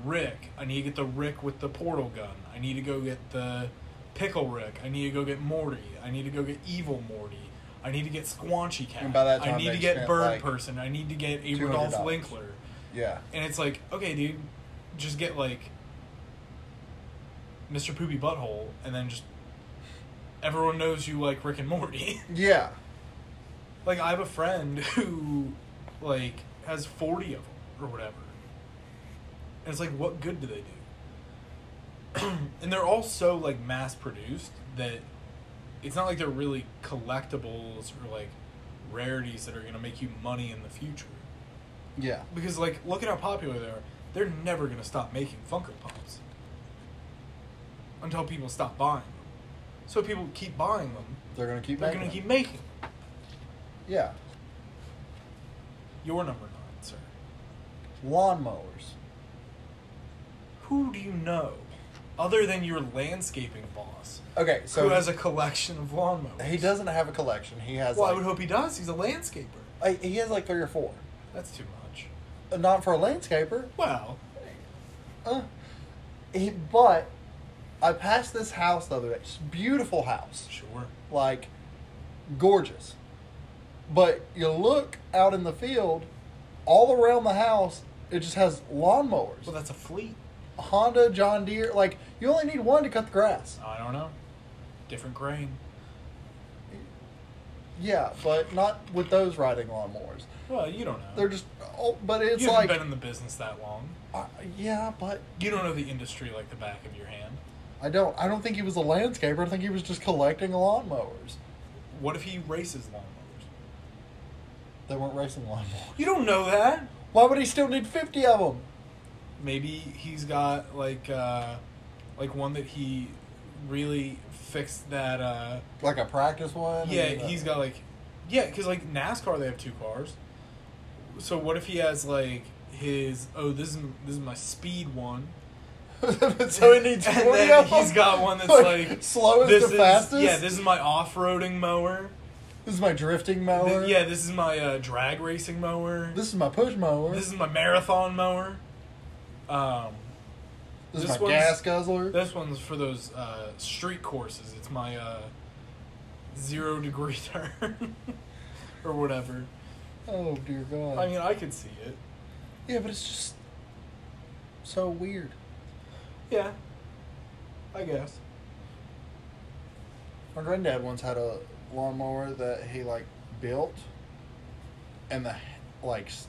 B: Rick. I need to get the Rick with the portal gun. I need to go get the pickle Rick. I need to go get Morty. I need to go get evil Morty." I need to get Squanchy Cat.
A: And by that time
B: I need
A: they've
B: to get
A: spent,
B: Bird
A: like,
B: Person. I need to get a
A: $200.
B: Rudolph Linkler.
A: Yeah.
B: And it's like, okay, dude, just get like Mr. Poopy Butthole, and then just everyone knows you like Rick and Morty.
A: Yeah.
B: like I have a friend who like has forty of them or whatever, and it's like, what good do they do? and they're all so like mass produced that it's not like they're really collectibles or like rarities that are gonna make you money in the future
A: Yeah.
B: because like look at how popular they are. They're never gonna stop making Funko Pops until people stop buying them. So if people keep buying them.
A: They're gonna keep.
B: They're
A: making
B: gonna
A: them.
B: keep making. them.
A: Yeah.
B: Your number nine, sir.
A: Lawnmowers.
B: Who do you know, other than your landscaping boss,
A: Okay, so
B: who has a collection of lawnmowers?
A: he doesn't have a collection. He has.
B: Well, I
A: like,
B: would hope he does. He's a landscaper.
A: I, he has like three or four.
B: That's too much.
A: Uh, Not for a landscaper.
B: Well,
A: Uh, he, but I passed this house the other day. It's a beautiful house,
B: sure.
A: like gorgeous. But you look out in the field, all around the house, it just has lawnmowers.
B: Well, that's a fleet.
A: Honda, John Deere. Like you only need one to cut the grass.
B: I don't know. Different grain.
A: Yeah, but not with those riding lawnmowers.
B: Well, you don't know.
A: They're just, oh, but it's
B: you
A: like,
B: haven't been in the business that long.
A: uh, yeah, but
B: You don't know the industry like the back of your hand.
A: I don't. I don't think he was a landscaper. I think he was just collecting lawnmowers.
B: What if he races lawnmowers?
A: They weren't racing lawnmowers.
B: You don't know that.
A: Why would he still need fifty of them?
B: Maybe he's got like uh, like one that he really fixed that. Uh,
A: Like a practice one?
B: yeah,
A: And, uh,
B: he's got like yeah, because like NASCAR they have two cars. So what if he has like his oh this is this is my speed one
A: so he needs
B: And
A: forty
B: then
A: of them.
B: he's got one that's
A: Like,
B: like,
A: slowest
B: this
A: to
B: is-
A: fastest?
B: Yeah, this is my off-roading mower.
A: This is my drifting
B: Th-
A: mower.
B: yeah, this is my uh, drag racing mower. This,
A: This is my push mower.
B: is my marathon mower. Um,
A: This
B: this
A: is my
B: one's-
A: gas guzzler.
B: this one's for those uh, street courses. It's my uh, zero degree turn or whatever.
A: oh dear God.
B: I mean, I could see it.
A: yeah, but it's just so weird.
B: Yeah, I guess.
A: My granddad once had a lawnmower that he like built, and the like s-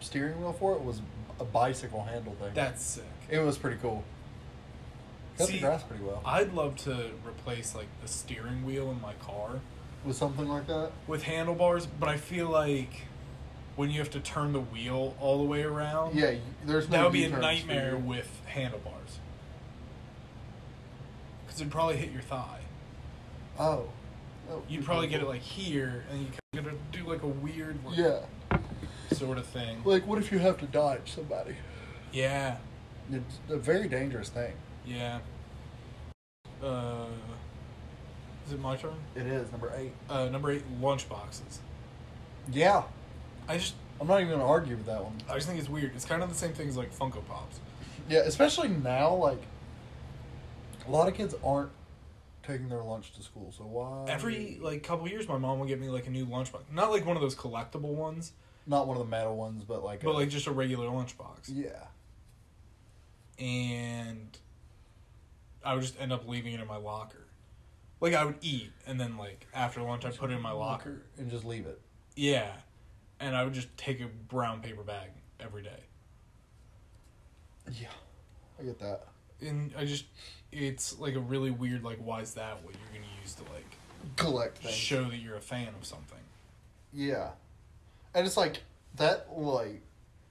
A: steering wheel for it was a bicycle handle thing.
B: That's sick.
A: it was pretty cool. Cut the
B: See,
A: grass pretty well
B: I'd love to replace like the steering wheel in my car.
A: with something like that.
B: with handlebars, but I feel like when you have to turn the wheel all the way around,
A: Yeah, y- there's no
B: that would be a
A: U-turns for
B: nightmare
A: you.
B: with handlebars. Because it'd probably hit your thigh.
A: Oh, That would
B: You'd
A: be
B: probably
A: pretty
B: get it like here, and you kind of do like a weird
A: cool.
B: like,
A: yeah.
B: sort of thing.
A: Like, what if you have to dodge somebody?
B: Yeah,
A: It's a very dangerous thing.
B: yeah. Uh, is it my turn?
A: It is number eight.
B: Uh, number eight, lunchboxes.
A: Yeah,
B: I just,
A: I'm not even gonna argue with that one.
B: I just think it's weird. It's kind of the same thing as like Funko Pops.
A: Yeah, especially now, like a lot of kids aren't taking their lunch to school, so why
B: Every like couple years, my mom will get me like a new lunchbox. Not like one of those collectible ones,
A: not one of the metal ones, but like,
B: but
A: a-
B: like just a regular lunchbox.
A: yeah,
B: And I would just end up leaving it in my locker. Like I would eat, and then like after lunch, I'd put it in my locker.
A: and just leave it.
B: Yeah, and I would just take a brown paper bag every day.
A: Yeah, I get that.
B: And I just, it's like a really weird like why is that what you're gonna use to like
A: Collect things.
B: show that you're a fan of something?
A: Yeah, and it's like that. Like,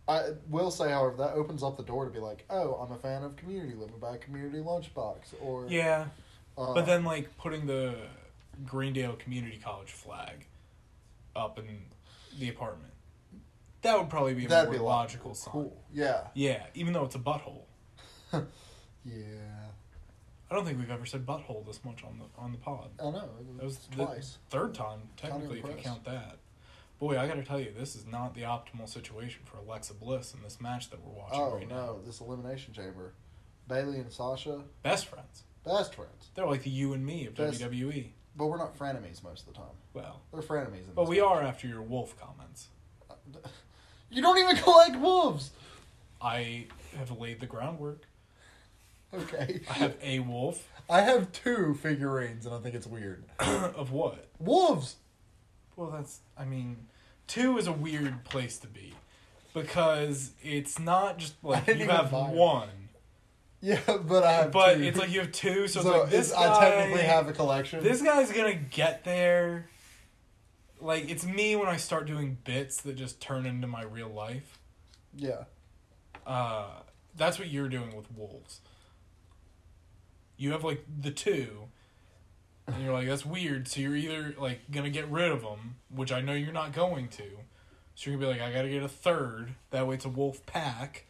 A: I will say, however, that opens up the door to be like, oh, I'm a fan of community. Let me buy a community lunchbox. Or
B: Yeah,
A: uh,
B: But then, like, putting the Greendale Community College flag up in the apartment, that would probably be a
A: that'd
B: more
A: be like,
B: logical sign.
A: Cool. Yeah.
B: Yeah, even though it's a butthole.
A: Yeah.
B: I don't think we've ever said butthole this much on the on the pod.
A: I know.
B: That was the
A: twice.
B: third time, technically, if you
A: impressed.
B: count that. Boy, I got to tell you, this is not the optimal situation for Alexa Bliss in this match that we're watching
A: Oh
B: right now.
A: no! This elimination chamber, Bailey and Sasha,
B: Best friends.
A: best friends,
B: They're like the you and me of
A: Best-
B: WWE.
A: but we're not frenemies most of the time.
B: Well,
A: We're frenemies. In
B: but
A: this
B: we are after your wolf comments.
A: You don't even collect wolves.
B: I have laid the groundwork.
A: Okay.
B: I have a wolf.
A: I have two figurines, and I think it's weird.
B: of what?
A: Wolves.
B: Well, that's. I mean, two is a weird place to be because it's not just like
A: didn't
B: you
A: even
B: have
A: buy it.
B: one,
A: Yeah, but I have.
B: but
A: two.
B: it's like you have two. So,
A: so,
B: it's like this
A: it's-
B: guy.
A: I technically have a collection.
B: This guy's gonna get there. Like it's me when I start doing bits that just turn into my real life.
A: yeah.
B: Uh, that's what you're doing with wolves. You have like the two, and you're like, that's weird. So you're either like gonna get rid of them, which I know you're not going to. So you're gonna be like, I gotta get a third. That way it's a wolf pack,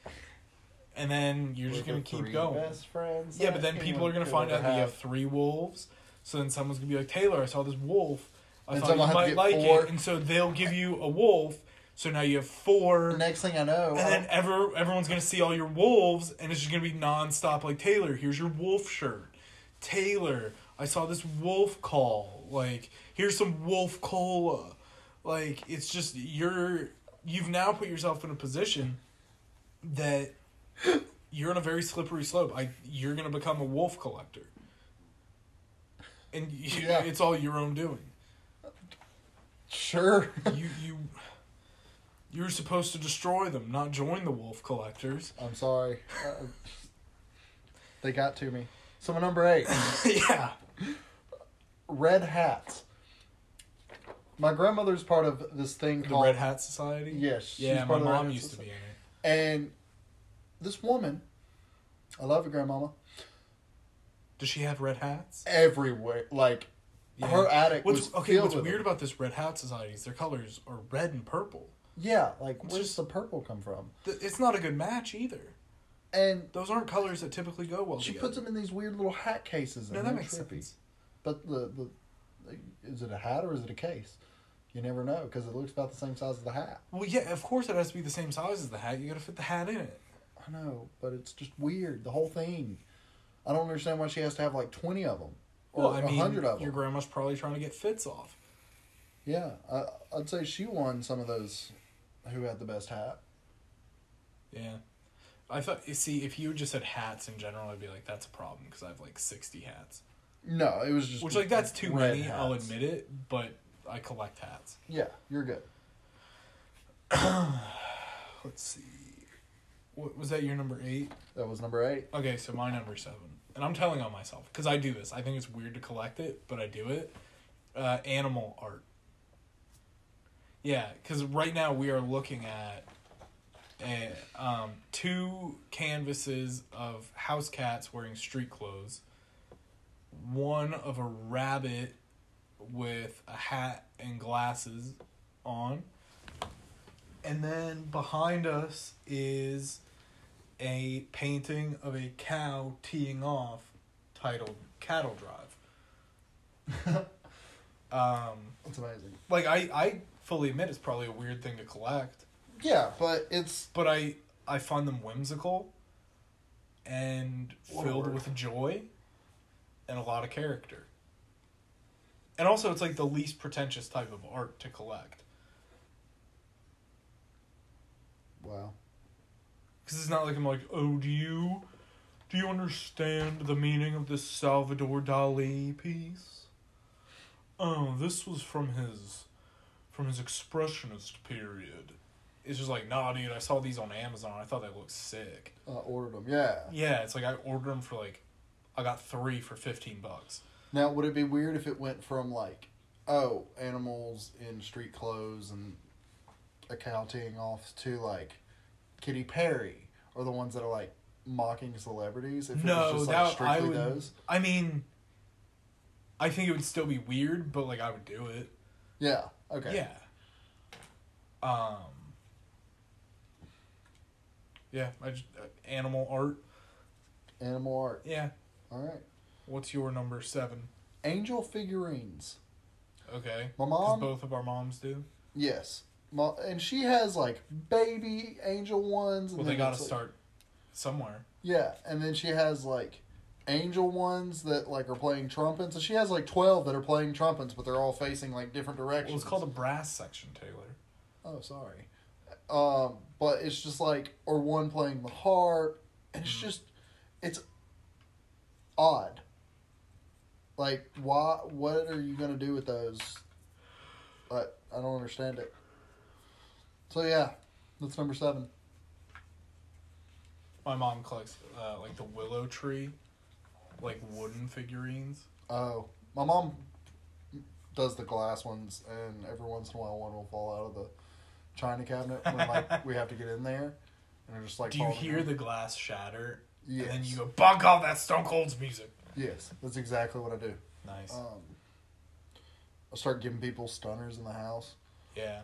B: and then you're just
A: We're
B: gonna
A: the
B: keep
A: three
B: going.
A: Best friends.
B: Yeah, but
A: that
B: then people are
A: anyone
B: gonna
A: could
B: find
A: ever
B: out that you
A: have.
B: have three wolves. So then someone's gonna be like, Taylor, I saw this wolf. I
A: And
B: thought
A: someone
B: you
A: had to
B: might
A: get
B: like
A: four.
B: it, and so they'll give you a wolf. So now you have four.
A: The Next thing I know,
B: And then
A: I-
B: ever everyone's gonna see all your wolves, and it's just gonna be nonstop. Like Taylor, here's your wolf shirt. Taylor, I saw this wolf call. Like here's some wolf cola. Like it's just you're you've now put yourself in a position that you're on a very slippery slope. I you're gonna become a wolf collector, and you,
A: Yeah.
B: it's all your own doing.
H: Sure.
B: you you you're supposed to destroy them, not join the wolf collectors.
A: I'm sorry. Uh, they got to me. So my number eight,
B: yeah.
A: red hats. My grandmother's part of this thing
B: The
A: called
B: Red Hat Society?
A: Yes, she's
B: Yeah,
A: part
B: my
A: of the Red
B: mom
A: Hat
B: used to be in
A: Society.
B: it.
A: and this woman. I love you, grandmama.
B: Does she have red hats?
A: Everywhere, like her attic
B: What's,
A: was
B: okay,
A: filled
B: what's
A: with
B: weird
A: them.
B: about this red hat society is their colors are red and purple.
A: Yeah, like where's
B: just-
A: the purple come from?
B: Th- It's not a good match either.
A: And
B: Those aren't colors that typically go well
A: she
B: together.
A: puts them in these weird little hat cases. And
B: No, that
A: they're
B: makes
A: trippy.
B: sense.
A: But the, the the is it a hat or is it a case? You never know because it looks about the same size as the hat.
B: Well, yeah, of course it has to be the same size as the hat. You gotta fit the hat in it.
A: I know, but it's just weird. The whole thing. I don't understand why she has to have like twenty of them or
B: Well,
A: a
B: I mean,
A: hundred of them.
B: your grandma's probably trying to get fits off.
A: Yeah, I, I'd say she won some of those. Who had the best hat?
B: Yeah. I thought, you see, if you just said hats in general, I'd be like, that's a problem because I have like 60 hats.
A: No, it was just
B: Which, like, that's too
A: red
B: many, I'll
A: hats.
B: admit it, but I collect hats.
A: Yeah, you're good.
B: Let's see. What, was that your number eight?
A: That was number eight.
B: Okay, so my number seven, and I'm telling on myself because I do this. I think it's weird to collect it, but I do it. Uh, animal art. Yeah, because right now we are looking at a, um, two canvases of house cats wearing street clothes. One of a rabbit with a hat and glasses on. And then behind us is a painting of a cow teeing off titled Cattle Drive.
A: That's amazing.
B: Um, Like I, I fully admit it's probably a weird thing to collect,
A: Yeah, but it's
B: but I I find them whimsical and
A: What a
B: filled
A: word.
B: with joy and a lot of character. And also it's like the least pretentious type of art to collect.
A: wow.
B: Because it's not like I'm like, oh, do you, do you understand the meaning of this Salvador Dali piece? Oh, this was from his, from his expressionist period. It's just like, nah, dude. I saw these on Amazon. I thought they looked sick.
A: I ordered them. Yeah.
B: Yeah, it's like I ordered them for like, I got three for fifteen bucks.
A: Now, would it be weird if it went from like, oh, animals in street clothes and a cow teeing off to like Kitty Perry or the ones that are like mocking celebrities? If
B: No, that I would. I mean, I think it would still be weird, but like I would do it.
A: Yeah. Okay.
B: Yeah. Um. Yeah, I just, uh, animal art.
A: Animal art.
B: Yeah.
A: All right.
B: What's your number seven?
A: Angel figurines.
B: Okay.
A: My
B: 'Cause
A: mom-
B: Both of our moms do.
A: Yes. Ma- and she has like baby angel ones. And
B: Well, they
A: then
B: got
A: it's,
B: to
A: like-
B: start somewhere.
A: Yeah, and then she has like angel ones that like are playing trumpets, and she has like twelve that are playing trumpets, but they're all facing like different directions.
B: Well, it's called a brass section, Taylor.
A: Oh, sorry. Um, but it's just like or one playing the harp, and
B: Mm.
A: it's just it's odd. Like, why? What are you gonna do with those? I I don't understand it. So yeah, that's number seven.
B: My mom collects uh, like the willow tree, like wooden figurines.
A: Oh, my mom does the glass ones, and every once in a while, one will fall out of the china cabinet when like we have to get in there, and they're just like.
B: Do you
A: falling
B: hear
A: out.
B: the glass shatter? And then
A: Yes.
B: you go, "Bug off! That's Stone Cold's music."
A: Yes, that's exactly what I do.
B: Nice.
A: Um, I start giving people stunners in the house. um,
B: Yeah.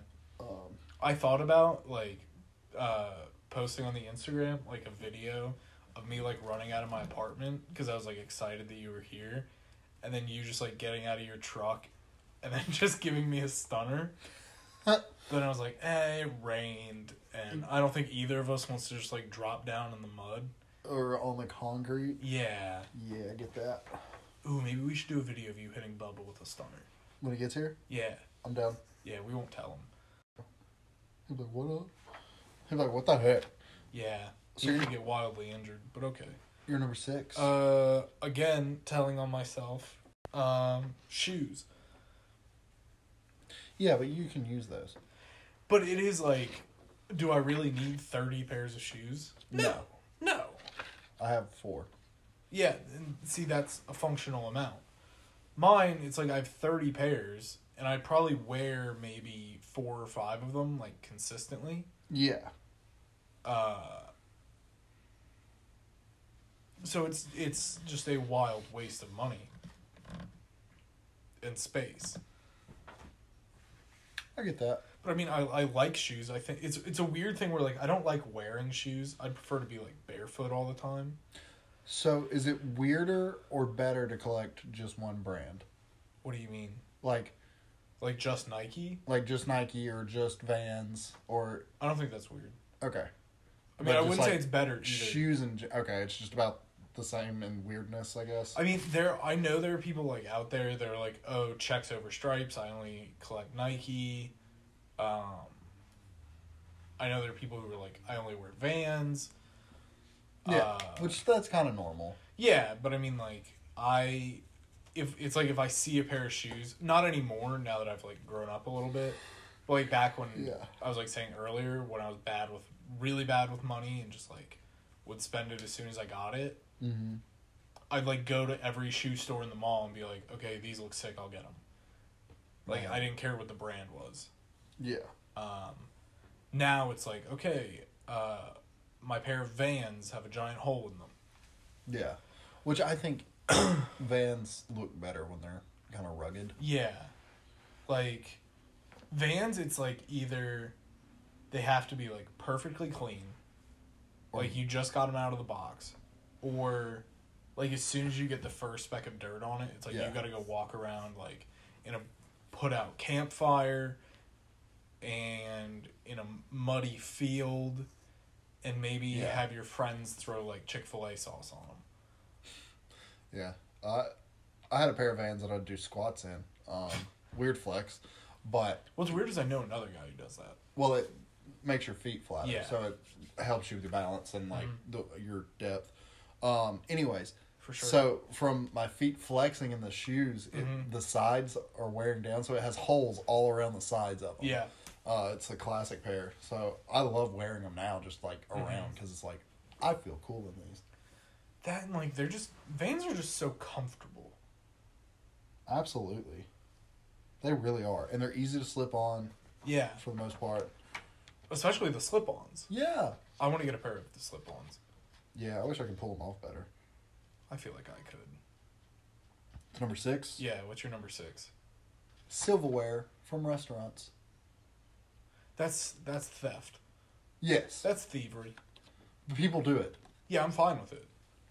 B: I thought about like uh, posting on the Instagram like a video of me like running out of my apartment because I was like excited that you were here, and then you just like getting out of your truck, and then just giving me a stunner. then I was like, eh, it rained, and I don't think either of us wants to just like drop down in the mud.
A: Or on the concrete.
B: Yeah.
A: Yeah, I get that.
B: Ooh, maybe we should do a video of you hitting Bubba with a stunner.
A: When he gets here,
B: Yeah.
A: I'm down.
B: Yeah, we won't tell him.
A: He's like, what up? He's like, what the heck?
B: Yeah.
A: So
B: He's
A: you're-
B: gonna get wildly injured, but okay.
A: You're number six.
B: Uh, again, telling on myself. Um, shoes.
A: Yeah, but you can use those.
B: But it is like, do I really need 30 pairs of shoes? No. No.
A: I have four.
B: Yeah, and see, that's a functional amount. Mine, it's like I have 30 pairs, and I probably wear maybe four or five of them, like consistently.
A: Yeah.
B: So it's it's just a wild waste of money and space.
A: I get that.
B: But I mean, I, I like shoes. I think it's it's a weird thing where like I don't like wearing shoes. I prefer to be like barefoot all the time.
A: So is it weirder or better to collect just one brand?
B: What do you mean?
A: Like
B: Like just Nike?
A: like just Nike or just Vans or
B: I don't think that's weird.
A: okay.
B: I mean,
A: But
B: I
A: just,
B: wouldn't say
A: like,
B: it's better either.
A: Shoes and okay, it's just about the same in weirdness, I guess.
B: I mean, there. I know there are people like out there that are like, oh, checks over stripes. I only collect Nike. Um, I know there are people who are like, I only wear Vans.
A: yeah, Uh, which that's kind of normal.
B: Yeah, but I mean, like, I, if it's like if I see a pair of shoes, not anymore now that I've like grown up a little bit, but like back when
A: Yeah.
B: I was like saying earlier when I was bad with really bad with money and just like would spend it as soon as I got it. Mm-hmm. I'd like go to every shoe store in the mall and be like, okay, these look sick, I'll get them. Like I didn't care what the brand was
A: Yeah.
B: now it's like okay uh my pair of vans have a giant hole in them
A: Yeah. Which I think Vans look better when they're kind of rugged.
B: yeah like vans it's like either they have to be like perfectly clean like you just got them out of the box or like as soon as you get the first speck of dirt on it it's like
A: Yeah.
B: you gotta go walk around like in a put out campfire and in a muddy field and maybe have your friends throw like chick-fil-a sauce on them
A: Yeah. I I had a pair of Vans that I'd do squats in. Um weird flex, but
B: what's weird is i know another guy who does that
A: Well, it makes your feet flatter,
B: Yeah. Mm-hmm.
A: so it helps you with your balance and like the, your depth. Um, anyways,
B: For sure.
A: So from my feet flexing in the shoes, it,
B: Mm-hmm.
A: the sides are wearing down, so it has holes all around the sides of them.
B: Yeah.
A: uh, it's a classic pair. So I love wearing them now, just like
B: Mm-hmm.
A: around, because it's like I feel cool in these.
B: that and like they're just vans are just so comfortable.
A: Absolutely, they really are, and they're easy to slip on
B: Yeah,
A: for the most part.
B: especially the slip-ons.
A: Yeah,
B: I want to get a pair of the slip-ons.
A: yeah. I wish I could pull them off better.
B: I feel like I could.
A: It's number six.
B: Yeah, what's your number six?
A: silverware from restaurants.
B: That's that's theft.
A: Yes,
B: That's thievery.
A: people do it.
B: Yeah, I'm fine with it.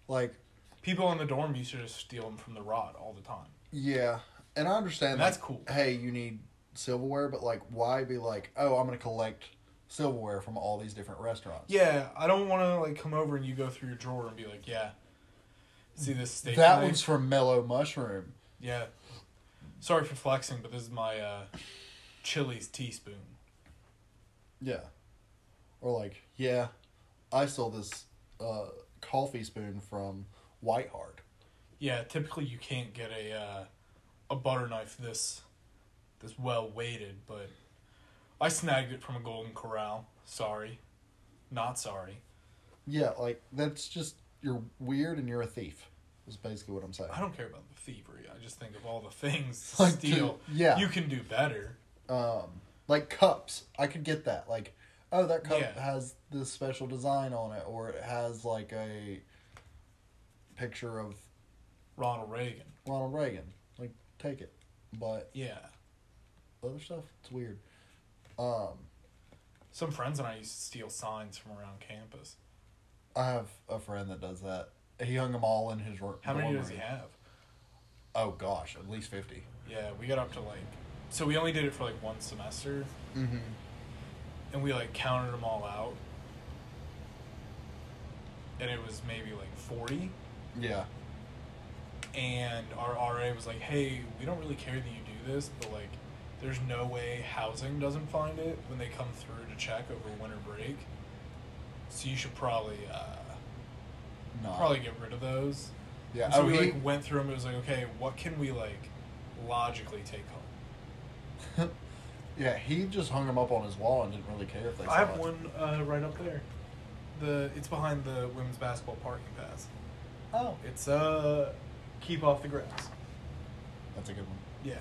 A: Like,
B: People in the dorm used to just steal them from the rod all the time.
A: yeah, and I understand
B: And that's
A: like,
B: cool.
A: Hey, you need silverware, but like, why be like, oh, I'm gonna collect silverware from all these different restaurants?
B: Yeah, I don't want to like come over and you go through your drawer and be like, yeah, see this steak.
A: that
B: knife?
A: one's from Mellow Mushroom.
B: yeah. Sorry for flexing, but this is my uh, Chili's teaspoon.
A: Yeah, or like, yeah, I stole this uh, coffee spoon from Whitehard.
B: Yeah, typically you can't get a uh, a butter knife this this well weighted, but I snagged it from a Golden Corral. Sorry, not sorry.
A: Yeah, like that's just you're weird and you're a thief. Is basically what I'm saying.
B: I don't care about the thievery. I just think of all the things to
A: Like,
B: steal.
A: dude, yeah.
B: you can do better.
A: Um, like cups i could get that like oh that cup
B: Yeah.
A: has this special design on it or it has like a picture of
B: Ronald Reagan.
A: ronald reagan like take it but
B: Yeah,
A: the other stuff it's weird
B: some friends and I used to steal signs from around campus.
A: i have a friend that does that he hung them all in his room
B: How many does he have?
A: oh gosh at least 50
B: Yeah, we got up to like, so we only did it for like one semester, mm-hmm. and we like counted them all out, and it was maybe like forty.
A: yeah
B: And our RA was like, "Hey, we don't really care that you do this, but like, there's no way housing doesn't find it when they come through to check over winter break. So you should probably uh,
A: no
B: probably get rid of those."
A: yeah
B: And so
A: oh,
B: we
A: he,
B: like went through them. It was like, okay, what can we like logically take home?
A: Yeah, he just hung them up on his wall and didn't really care if they.
B: I have
A: saw it.
B: one uh, right up there. The it's behind the women's basketball parking pass.
A: Oh,
B: It's uh, keep off the grass.
A: that's a good one.
B: Yeah,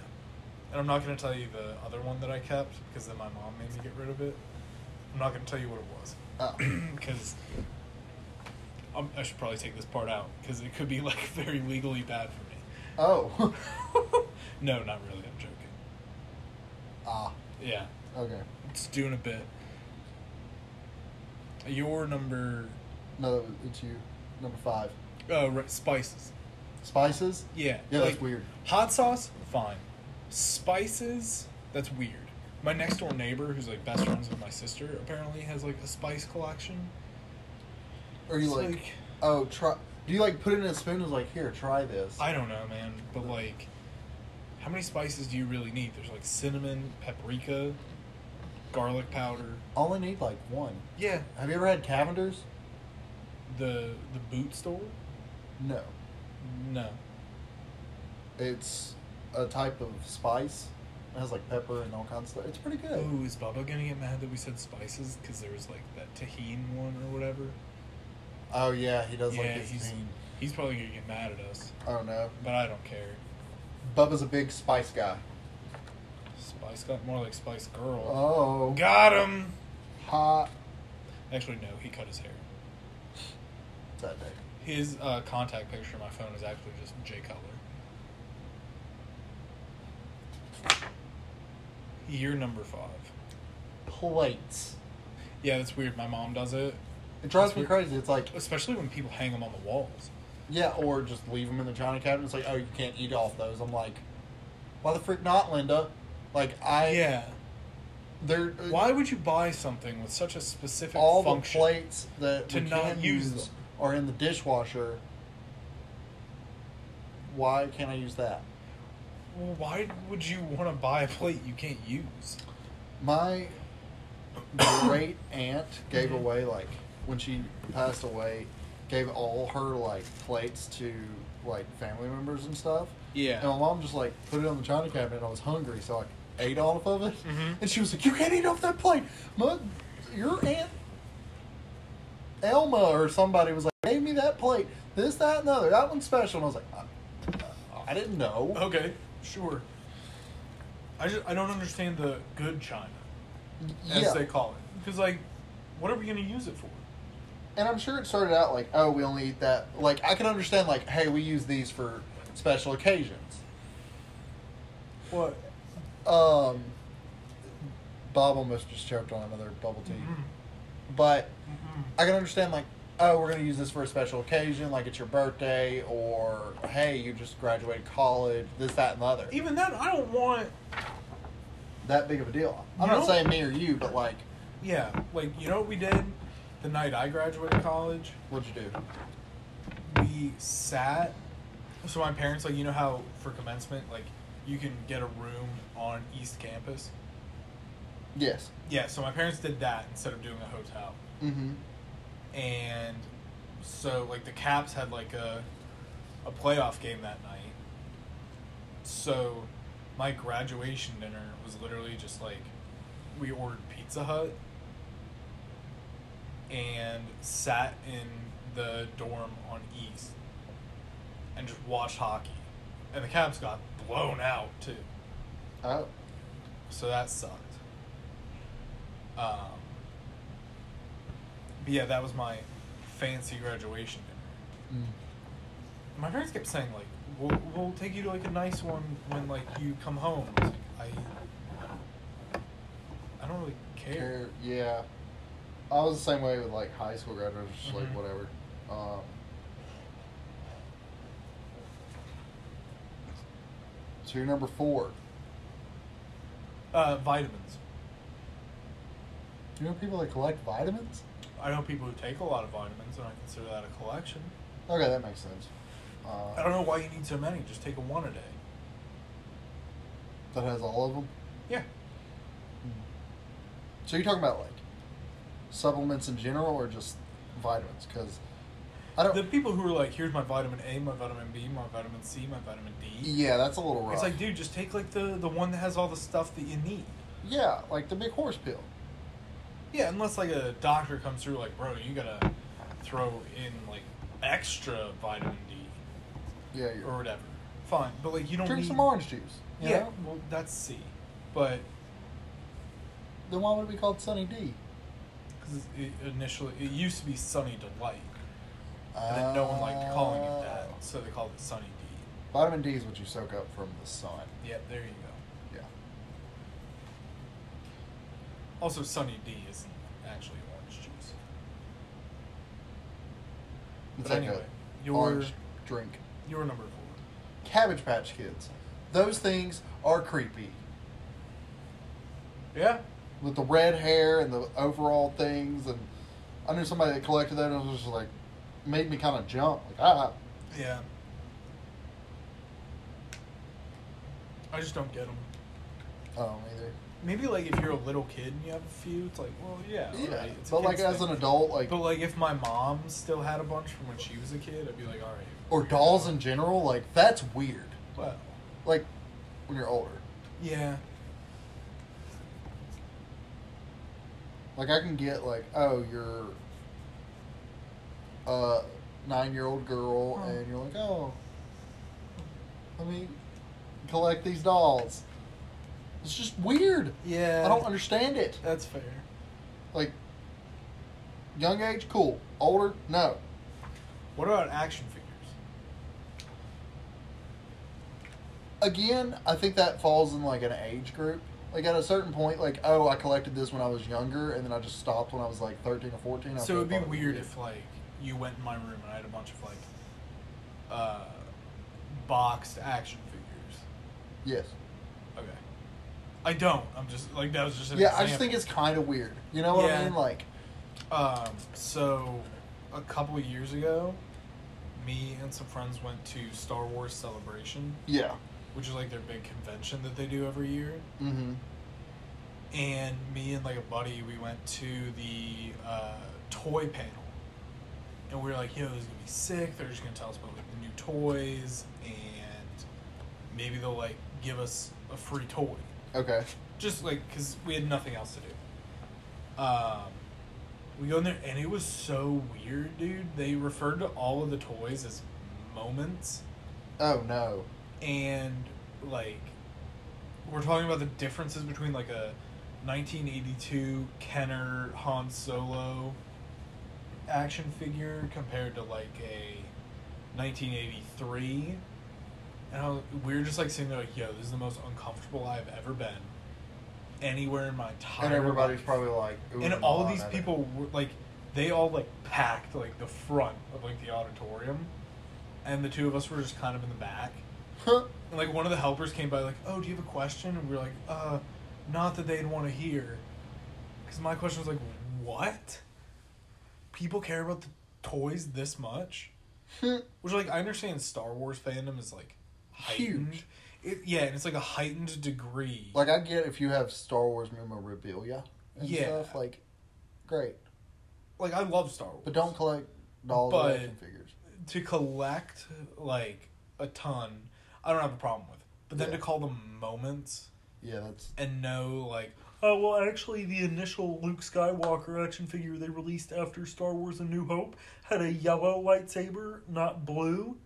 B: and I'm not gonna tell you the other one that I kept because then my mom made me get rid of it. I'm not gonna tell you what it was
A: Oh.
B: because I should probably take this part out because it could be like very legally bad for me.
A: Oh.
B: no, not really. I'm joking.
A: ah.
B: Yeah,
A: Okay.
B: just doing a bit. Your number,
A: No, that was, it's you. Number five.
B: oh, right, spices.
A: Spices.
B: Yeah.
A: Yeah, that's weird.
B: Hot sauce, fine. Spices, that's weird. My next door neighbor, who's like best friends with my sister, apparently has like a spice collection.
A: Or you
B: It's
A: like,
B: like-
A: Oh, try. Do you like put it in a spoon? and is like here, try this.
B: I don't know, man, but like, how many spices do you really need? There's like cinnamon, paprika, garlic powder.
A: only need like one.
B: Yeah.
A: Have you ever had Cavenders?
B: The the boot store?
A: No.
B: No.
A: It's a type of spice. It has like pepper and all kinds of stuff. It's pretty good.
B: Oh, is Bubba gonna get mad that we said spices? Because there was like that tahine one or whatever.
A: Oh yeah, he does like
B: Yeah,
A: his
B: he's
A: mean.
B: he's probably gonna get mad at us,
A: Oh no,
B: but I don't care.
A: Bubba's a big spice guy.
B: Spice got more like Spice Girl.
A: Oh,
B: Got him.
A: hot
B: Actually, no, he cut his hair.
A: that day.
B: His uh, contact picture on my phone is actually just Jay Cutler. Year number five.
A: Plates.
B: Yeah, that's weird. My mom does it,
A: It drives
B: That's
A: me
B: weird.
A: crazy. It's like
B: especially when people hang them on the walls.
A: yeah, or just leave them in the china cabinet. It's like oh, you can't eat off those. I'm like, why the frick not, Linda? Like I
B: Yeah.
A: they're uh,
B: Why would you buy something with such a specific
A: all
B: function?
A: the plates that
B: to
A: we
B: not
A: can use
B: use them.
A: are in the dishwasher. Why can't I use that?
B: Well, Why would you want to buy a plate you can't use?
A: My great aunt
B: Mm-hmm.
A: gave away like when she passed away, gave all her like plates to like family members and stuff.
B: Yeah.
A: And my mom just like put it on the china cabinet. and I was hungry, so I ate all of it.
B: Mm-hmm.
A: And she was like, "You can't eat off that plate." My, your aunt Elma or somebody was like, "Gave me that plate. This, that, and the other. That one's special." And I was like, "Uh, "I, I didn't know."
B: Okay, sure. I just I don't understand the good china, as
A: Yeah.
B: they call it, because like, what are we gonna use it for?
A: And I'm sure it started out like, oh, we only eat that. Like, I can understand, like, hey, we use these for special occasions.
B: What?
A: Um, Bob almost just choked on another bubble tea. But I can understand, like, oh, we're going to use this for a special occasion, like it's your birthday, or hey, you just graduated college, this, that, and the other.
B: Even then, I don't want.
A: That big of a deal. I'm
B: No.
A: not saying me or you, but like,
B: Yeah, like you know what we did the night I graduated college.
A: what'd you do?
B: We sat. So my parents like you know how for commencement like you can get a room on East Campus.
A: Yes.
B: Yeah, so my parents did that instead of doing a hotel.
A: Mm-hmm.
B: and so like the Caps had like a a playoff game that night. So my graduation dinner was literally just like we ordered Pizza Hut and sat in the dorm on East and just watched hockey. And the Caps got blown out too.
A: Oh.
B: So that sucked. Um, but yeah, that was my fancy graduation dinner.
A: Mm.
B: My parents kept saying like, "We'll we'll take you to like a nice one when like you come home." I was like, I, I don't really care.
A: care. Yeah, I was the same way with like high school graduates, just
B: Mhm.
A: like whatever. Um, so you're number four.
B: Uh, vitamins.
A: You know people that collect vitamins?
B: I know people who take a lot of vitamins, and I consider that a collection.
A: Okay, that makes sense.
B: I
A: Uh,
B: don't know why you need so many. Just take a one a day.
A: that has all of them.
B: Yeah.
A: So you're talking about like supplements in general, or just vitamins? Because I don't.
B: The people who are like, "Here's my vitamin A, my vitamin B, my vitamin C, my vitamin D."
A: yeah, that's a little rough.
B: It's like, dude, just take like the the one that has all the stuff that you need.
A: Yeah, like the big horse pill.
B: Yeah, unless like a doctor comes through, like, bro, you gotta throw in like extra vitamin D
A: Yeah, you're,
B: or whatever. Fine, but like you don't
A: drink
B: need,
A: some orange juice. you
B: Yeah,
A: know?
B: well, that's C, but
A: Then why would it be called Sunny D?
B: because it initially it used to be Sunny Delight, and then no one liked calling it that,
A: Oh.
B: so they called it Sunny D.
A: Vitamin D is what you soak up from the sun.
B: Yeah, there you go.
A: Yeah.
B: Also, Sunny D isn't actually orange juice.
A: It's
B: But
A: like
B: anyway,
A: a
B: your-
A: orange drink.
B: You're number four.
A: Cabbage Patch Kids. Those things are creepy.
B: Yeah.
A: With the red hair and the overall things, and I knew somebody that collected that and it was just like, made me kind of jump. Like, ah,
B: Yeah. I just don't get them.
A: I don't either.
B: Maybe like if you're a little kid and you have a few, it's like, well, yeah.
A: Yeah,
B: alright, it's a
A: but like
B: kid's
A: as
B: thing.
A: an adult, like
B: But like if my mom still had a bunch from when she was a kid, I'd be like, all right.
A: or dolls in general, like that's weird.
B: Well,
A: Like when you're older,
B: yeah.
A: like I can get like, oh, you're a nine-year-old girl, and you're like, oh, let me collect these dolls. It's just weird.
B: Yeah.
A: I don't understand it.
B: That's fair.
A: Like young age, cool. Older, no.
B: What about action figures?
A: again, I think that falls in like an age group. Like at a certain point, like oh, I collected this when I was younger, and then I just stopped when I was like thirteen or fourteen. I
B: so it'd be
A: thought it was
B: weird if like you went in my room and I had a bunch of like uh boxed action figures.
A: yes,
B: Okay. I don't. I'm just like that was just an
A: yeah. I just
B: example.
A: think it's kind of weird. You know what
B: Yeah.
A: I mean? Like
B: Um, so, a couple of years ago, me and some friends went to Star Wars Celebration,
A: yeah,
B: which is like their big convention that they do every year.
A: mm-hmm.
B: And me and like a buddy, we went to the uh, toy panel. And we were like, yo, this is gonna be sick. They're just gonna tell us about like the new toys, and maybe they'll like give us a free toy
A: okay,
B: just like because we had nothing else to do. Um, we go in there and it was so weird, dude. They referred to all of the toys as moments,
A: oh no,
B: and like we're talking about the differences between like a 1982 Kenner Han Solo action figure compared to like a 1983. And I was- we were just like sitting there, like, yo, this is the most uncomfortable I've ever been anywhere in my entire.
A: and everybody's
B: life."
A: probably like, ooh,
B: and all of
A: I'm
B: these
A: not
B: people were like they all like packed like the front of like the auditorium and the two of us were just kind of in the back
A: in it.
B: and like one of the helpers came by like oh do you have a question and we were like uh not that they'd want to hear because my question was like what people care about the toys this much which like i understand star wars fandom is like heightened
A: Huge.
B: It, yeah and it's like a heightened degree
A: like I get if you have Star Wars memorabilia and
B: Yeah.
A: stuff, like great,
B: like i love star wars
A: but don't collect dolls
B: But-
A: and action figures.
B: to collect like a ton, I don't have a problem with. But then
A: Yeah.
B: to call them moments
A: Yeah, that's
B: and know like, oh well, actually the initial Luke Skywalker action figure they released after Star Wars: A New Hope had a yellow lightsaber, not blue.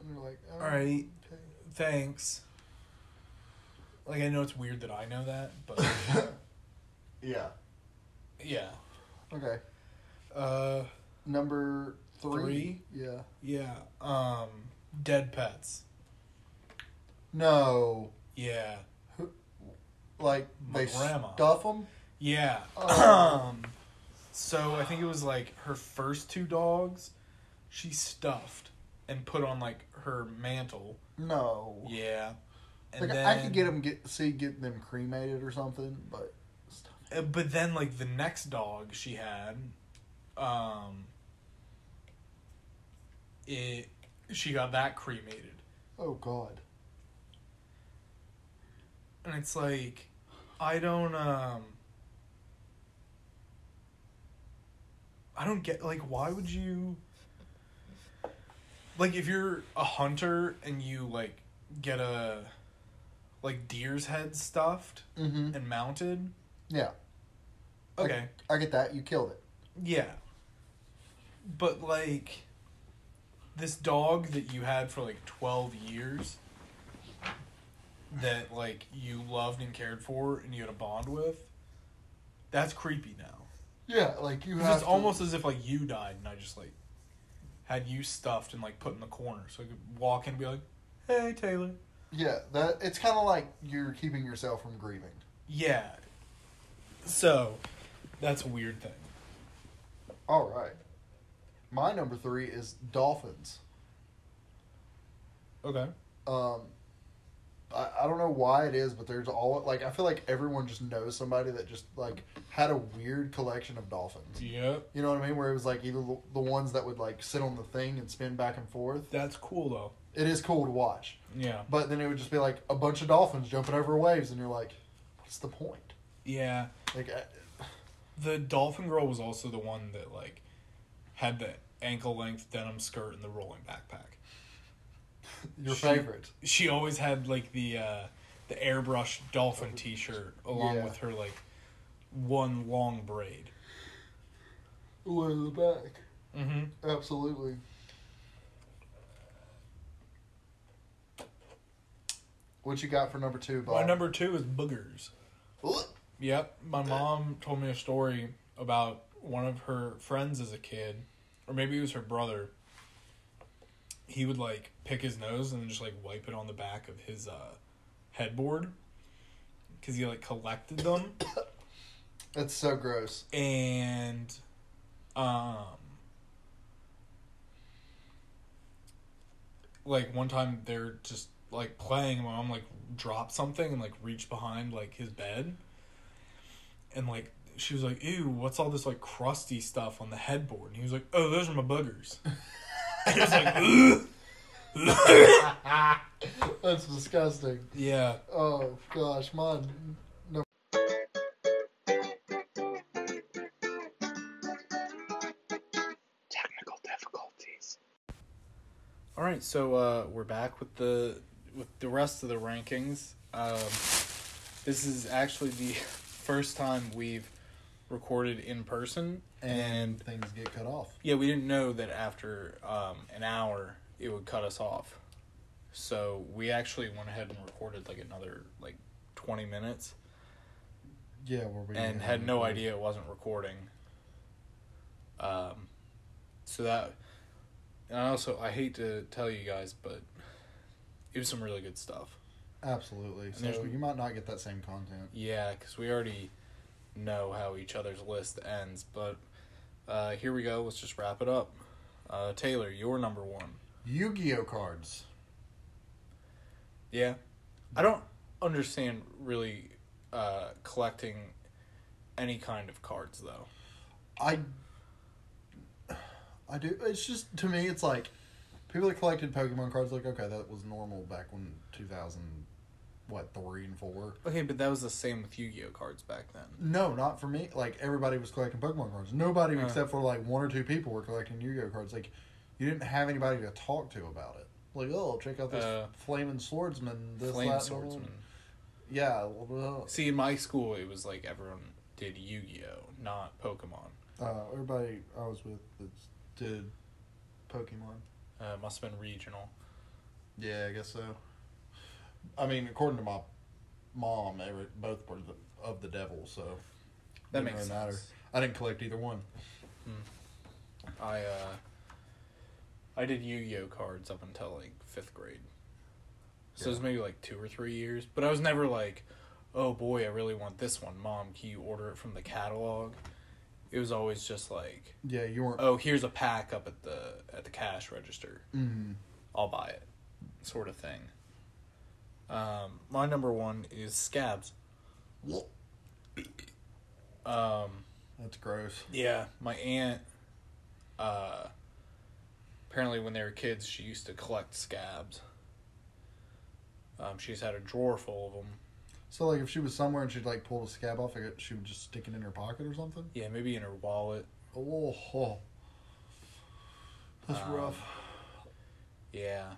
A: and you're like, oh,
B: All right, thanks. Like I know it's weird that I know that, but
A: yeah,
B: yeah,
A: okay.
B: uh,
A: Number three. Yeah.
B: yeah, um, dead pets.
A: No.
B: Yeah,
A: Like
B: My
A: they
B: grandma.
A: stuff them.
B: Yeah. um, so I think it was like her first two dogs, she stuffed and put on like her mantle.
A: No.
B: Yeah. And
A: like I could get them get see getting them cremated or something, but stuff.
B: uh, But then like the next dog she had, um, it she got that cremated,
A: Oh God.
B: and it's like, I don't um. I don't get like why would you like if you're a hunter and you like get a like deer's head stuffed
A: Mm-hmm.
B: and mounted.
A: Yeah.
B: Okay.
A: I get that. You killed it.
B: Yeah. But like this dog that you had for like 12 years that like you loved and cared for and you had a bond with that's creepy now.
A: Yeah, like you
B: 'Cause
A: have
B: It's almost as if like you died and I just like had you stuffed and like put in the corner so I could walk in and be like, "Hey, Taylor."
A: Yeah, that it's kind of like you're keeping yourself from grieving.
B: Yeah. So, that's a weird thing.
A: All right. My number three is dolphins.
B: Okay.
A: Um, I, I don't know why it is, but there's all like I feel like everyone just knows somebody that just like had a weird collection of dolphins.
B: Yep.
A: You know what I mean? Where it was like either the, the ones that would like sit on the thing and spin back and forth.
B: That's cool though.
A: It is cool to watch,
B: Yeah.
A: but then it would just be like a bunch of dolphins jumping over waves, and you're like, what's the point?
B: Yeah.
A: Like, uh, I,
B: The dolphin girl was also the one that like had the ankle length denim skirt and the rolling backpack.
A: your
B: She-
A: favorite?
B: She always had like the uh the airbrush dolphin t shirt along
A: Yeah.
B: with her like one long braid.
A: One in the back.
B: Mm-hmm.
A: Absolutely. What you got for number two, Bob?
B: My number two is boogers. Yep. My mom told me a story about one of her friends as a kid, or maybe it was her brother. He would like pick his nose and just like wipe it on the back of his uh, headboard because he like collected them.
A: That's so gross.
B: and um like one time they're just like playing and my mom like dropped something and like reached behind like his bed and like she was like ew what's all this like crusty stuff on the headboard and he was like oh those are my boogers and I was like Ugh.
A: That's disgusting.
B: yeah
A: Oh gosh, mine. No.
B: all right so uh we're back with the with the rest of the rankings um this is actually the first time we've recorded in person
A: Mm-hmm.
B: and
A: things get cut off.
B: Yeah, we didn't know that after um, an hour it would cut us off. So we actually went ahead and recorded like another like twenty minutes,
A: Yeah, where we
B: and had no idea it wasn't recording. Um, so that, and I also I hate to tell you guys, but it was some really good stuff.
A: Absolutely. So
B: there's-
A: you might not get that same content.
B: Yeah, because we already know how each other's list ends, but uh, here we go. Let's just wrap it up. Uh, Taylor, your number one.
A: Yu-Gi-Oh cards.
B: Yeah. I don't understand really uh, collecting any kind of cards though.
A: I. I do. It's just to me, it's like people that collected Pokemon cards. Like, okay, that was normal back when two thousand, what three and four.
B: Okay, but that was the same with Yu-Gi-Oh cards back then.
A: No, not for me. Like everybody was collecting Pokemon cards. Nobody
B: Uh.
A: except for like one or two people were collecting Yu-Gi-Oh cards. Like you didn't have anybody to talk to about it. Like oh, check out this
B: Uh,
A: flaming swordsman. This
B: Flame
A: that, blah, blah, blah.
B: Swordsman.
A: Yeah. blah, blah.
B: See, in my school it was like everyone did Yu-Gi-Oh, not Pokemon.
A: Uh, everybody I was with that did Pokemon.
B: Uh, it must have been regional.
A: Yeah, I guess so. I mean, according to my mom, every, both were the, of the devil, so
B: That
A: didn't
B: makes
A: really matter.
B: sense.
A: I didn't collect either one.
B: I uh I did Yu-Gi-Oh cards up until like 5th grade. So it was maybe like 2 or 3 years, but I was never like, "Oh boy, I really want this one, mom, can you order it from the catalog?" It was always just like,
A: Yeah, you weren't.
B: "Oh, here's a pack up at the at the cash register. Mm. I'll buy it." Sort of thing. Um, my number 1 is Scabs.
A: That's gross.
B: Yeah, my aunt. Uh, apparently, when they were kids, she used to collect scabs. Um, she's had a drawer full of them.
A: So like, if she was somewhere and she'd like pull a scab off, like, she would just stick it in her pocket or something.
B: Yeah, maybe in her wallet.
A: Oh, oh. Um, that's rough.
B: Yeah.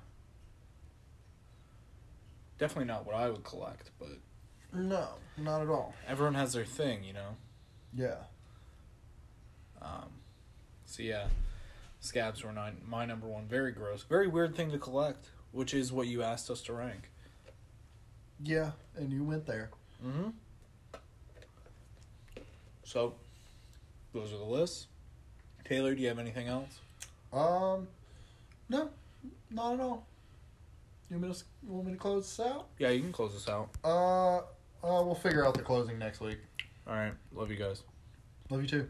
B: Definitely not what I would collect, but
A: No, not at all.
B: everyone has their thing, you know. Um,
A: Yeah.
B: So yeah, scabs were nine, my number one. Very gross, very weird thing to collect, which is what you asked us to rank.
A: Yeah, and you went there.
B: Mm-hmm. So, those are the lists. Taylor, do you have anything else?
A: Um, no, not at all. You want me to, s- you want me to close this out?
B: Yeah, you can close this out.
A: Uh, uh, we'll figure out the closing next week.
B: All right, love you guys.
A: Love you too.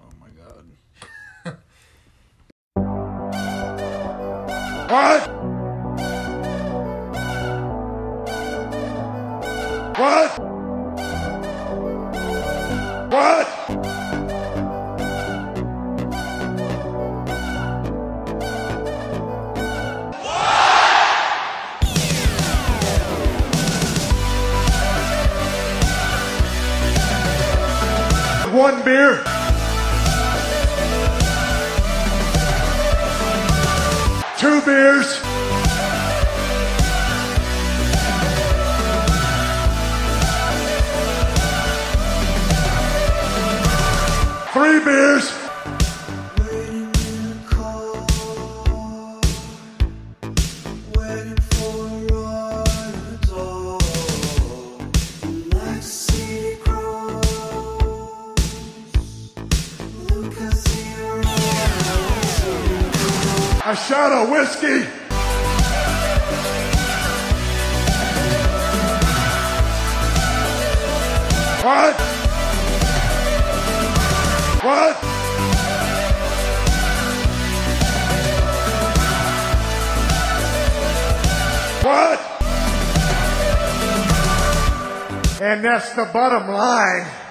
B: Oh my god.
I: One beer. Two beers. Three beers. A shot of whiskey. What? What? What? And that's the bottom line.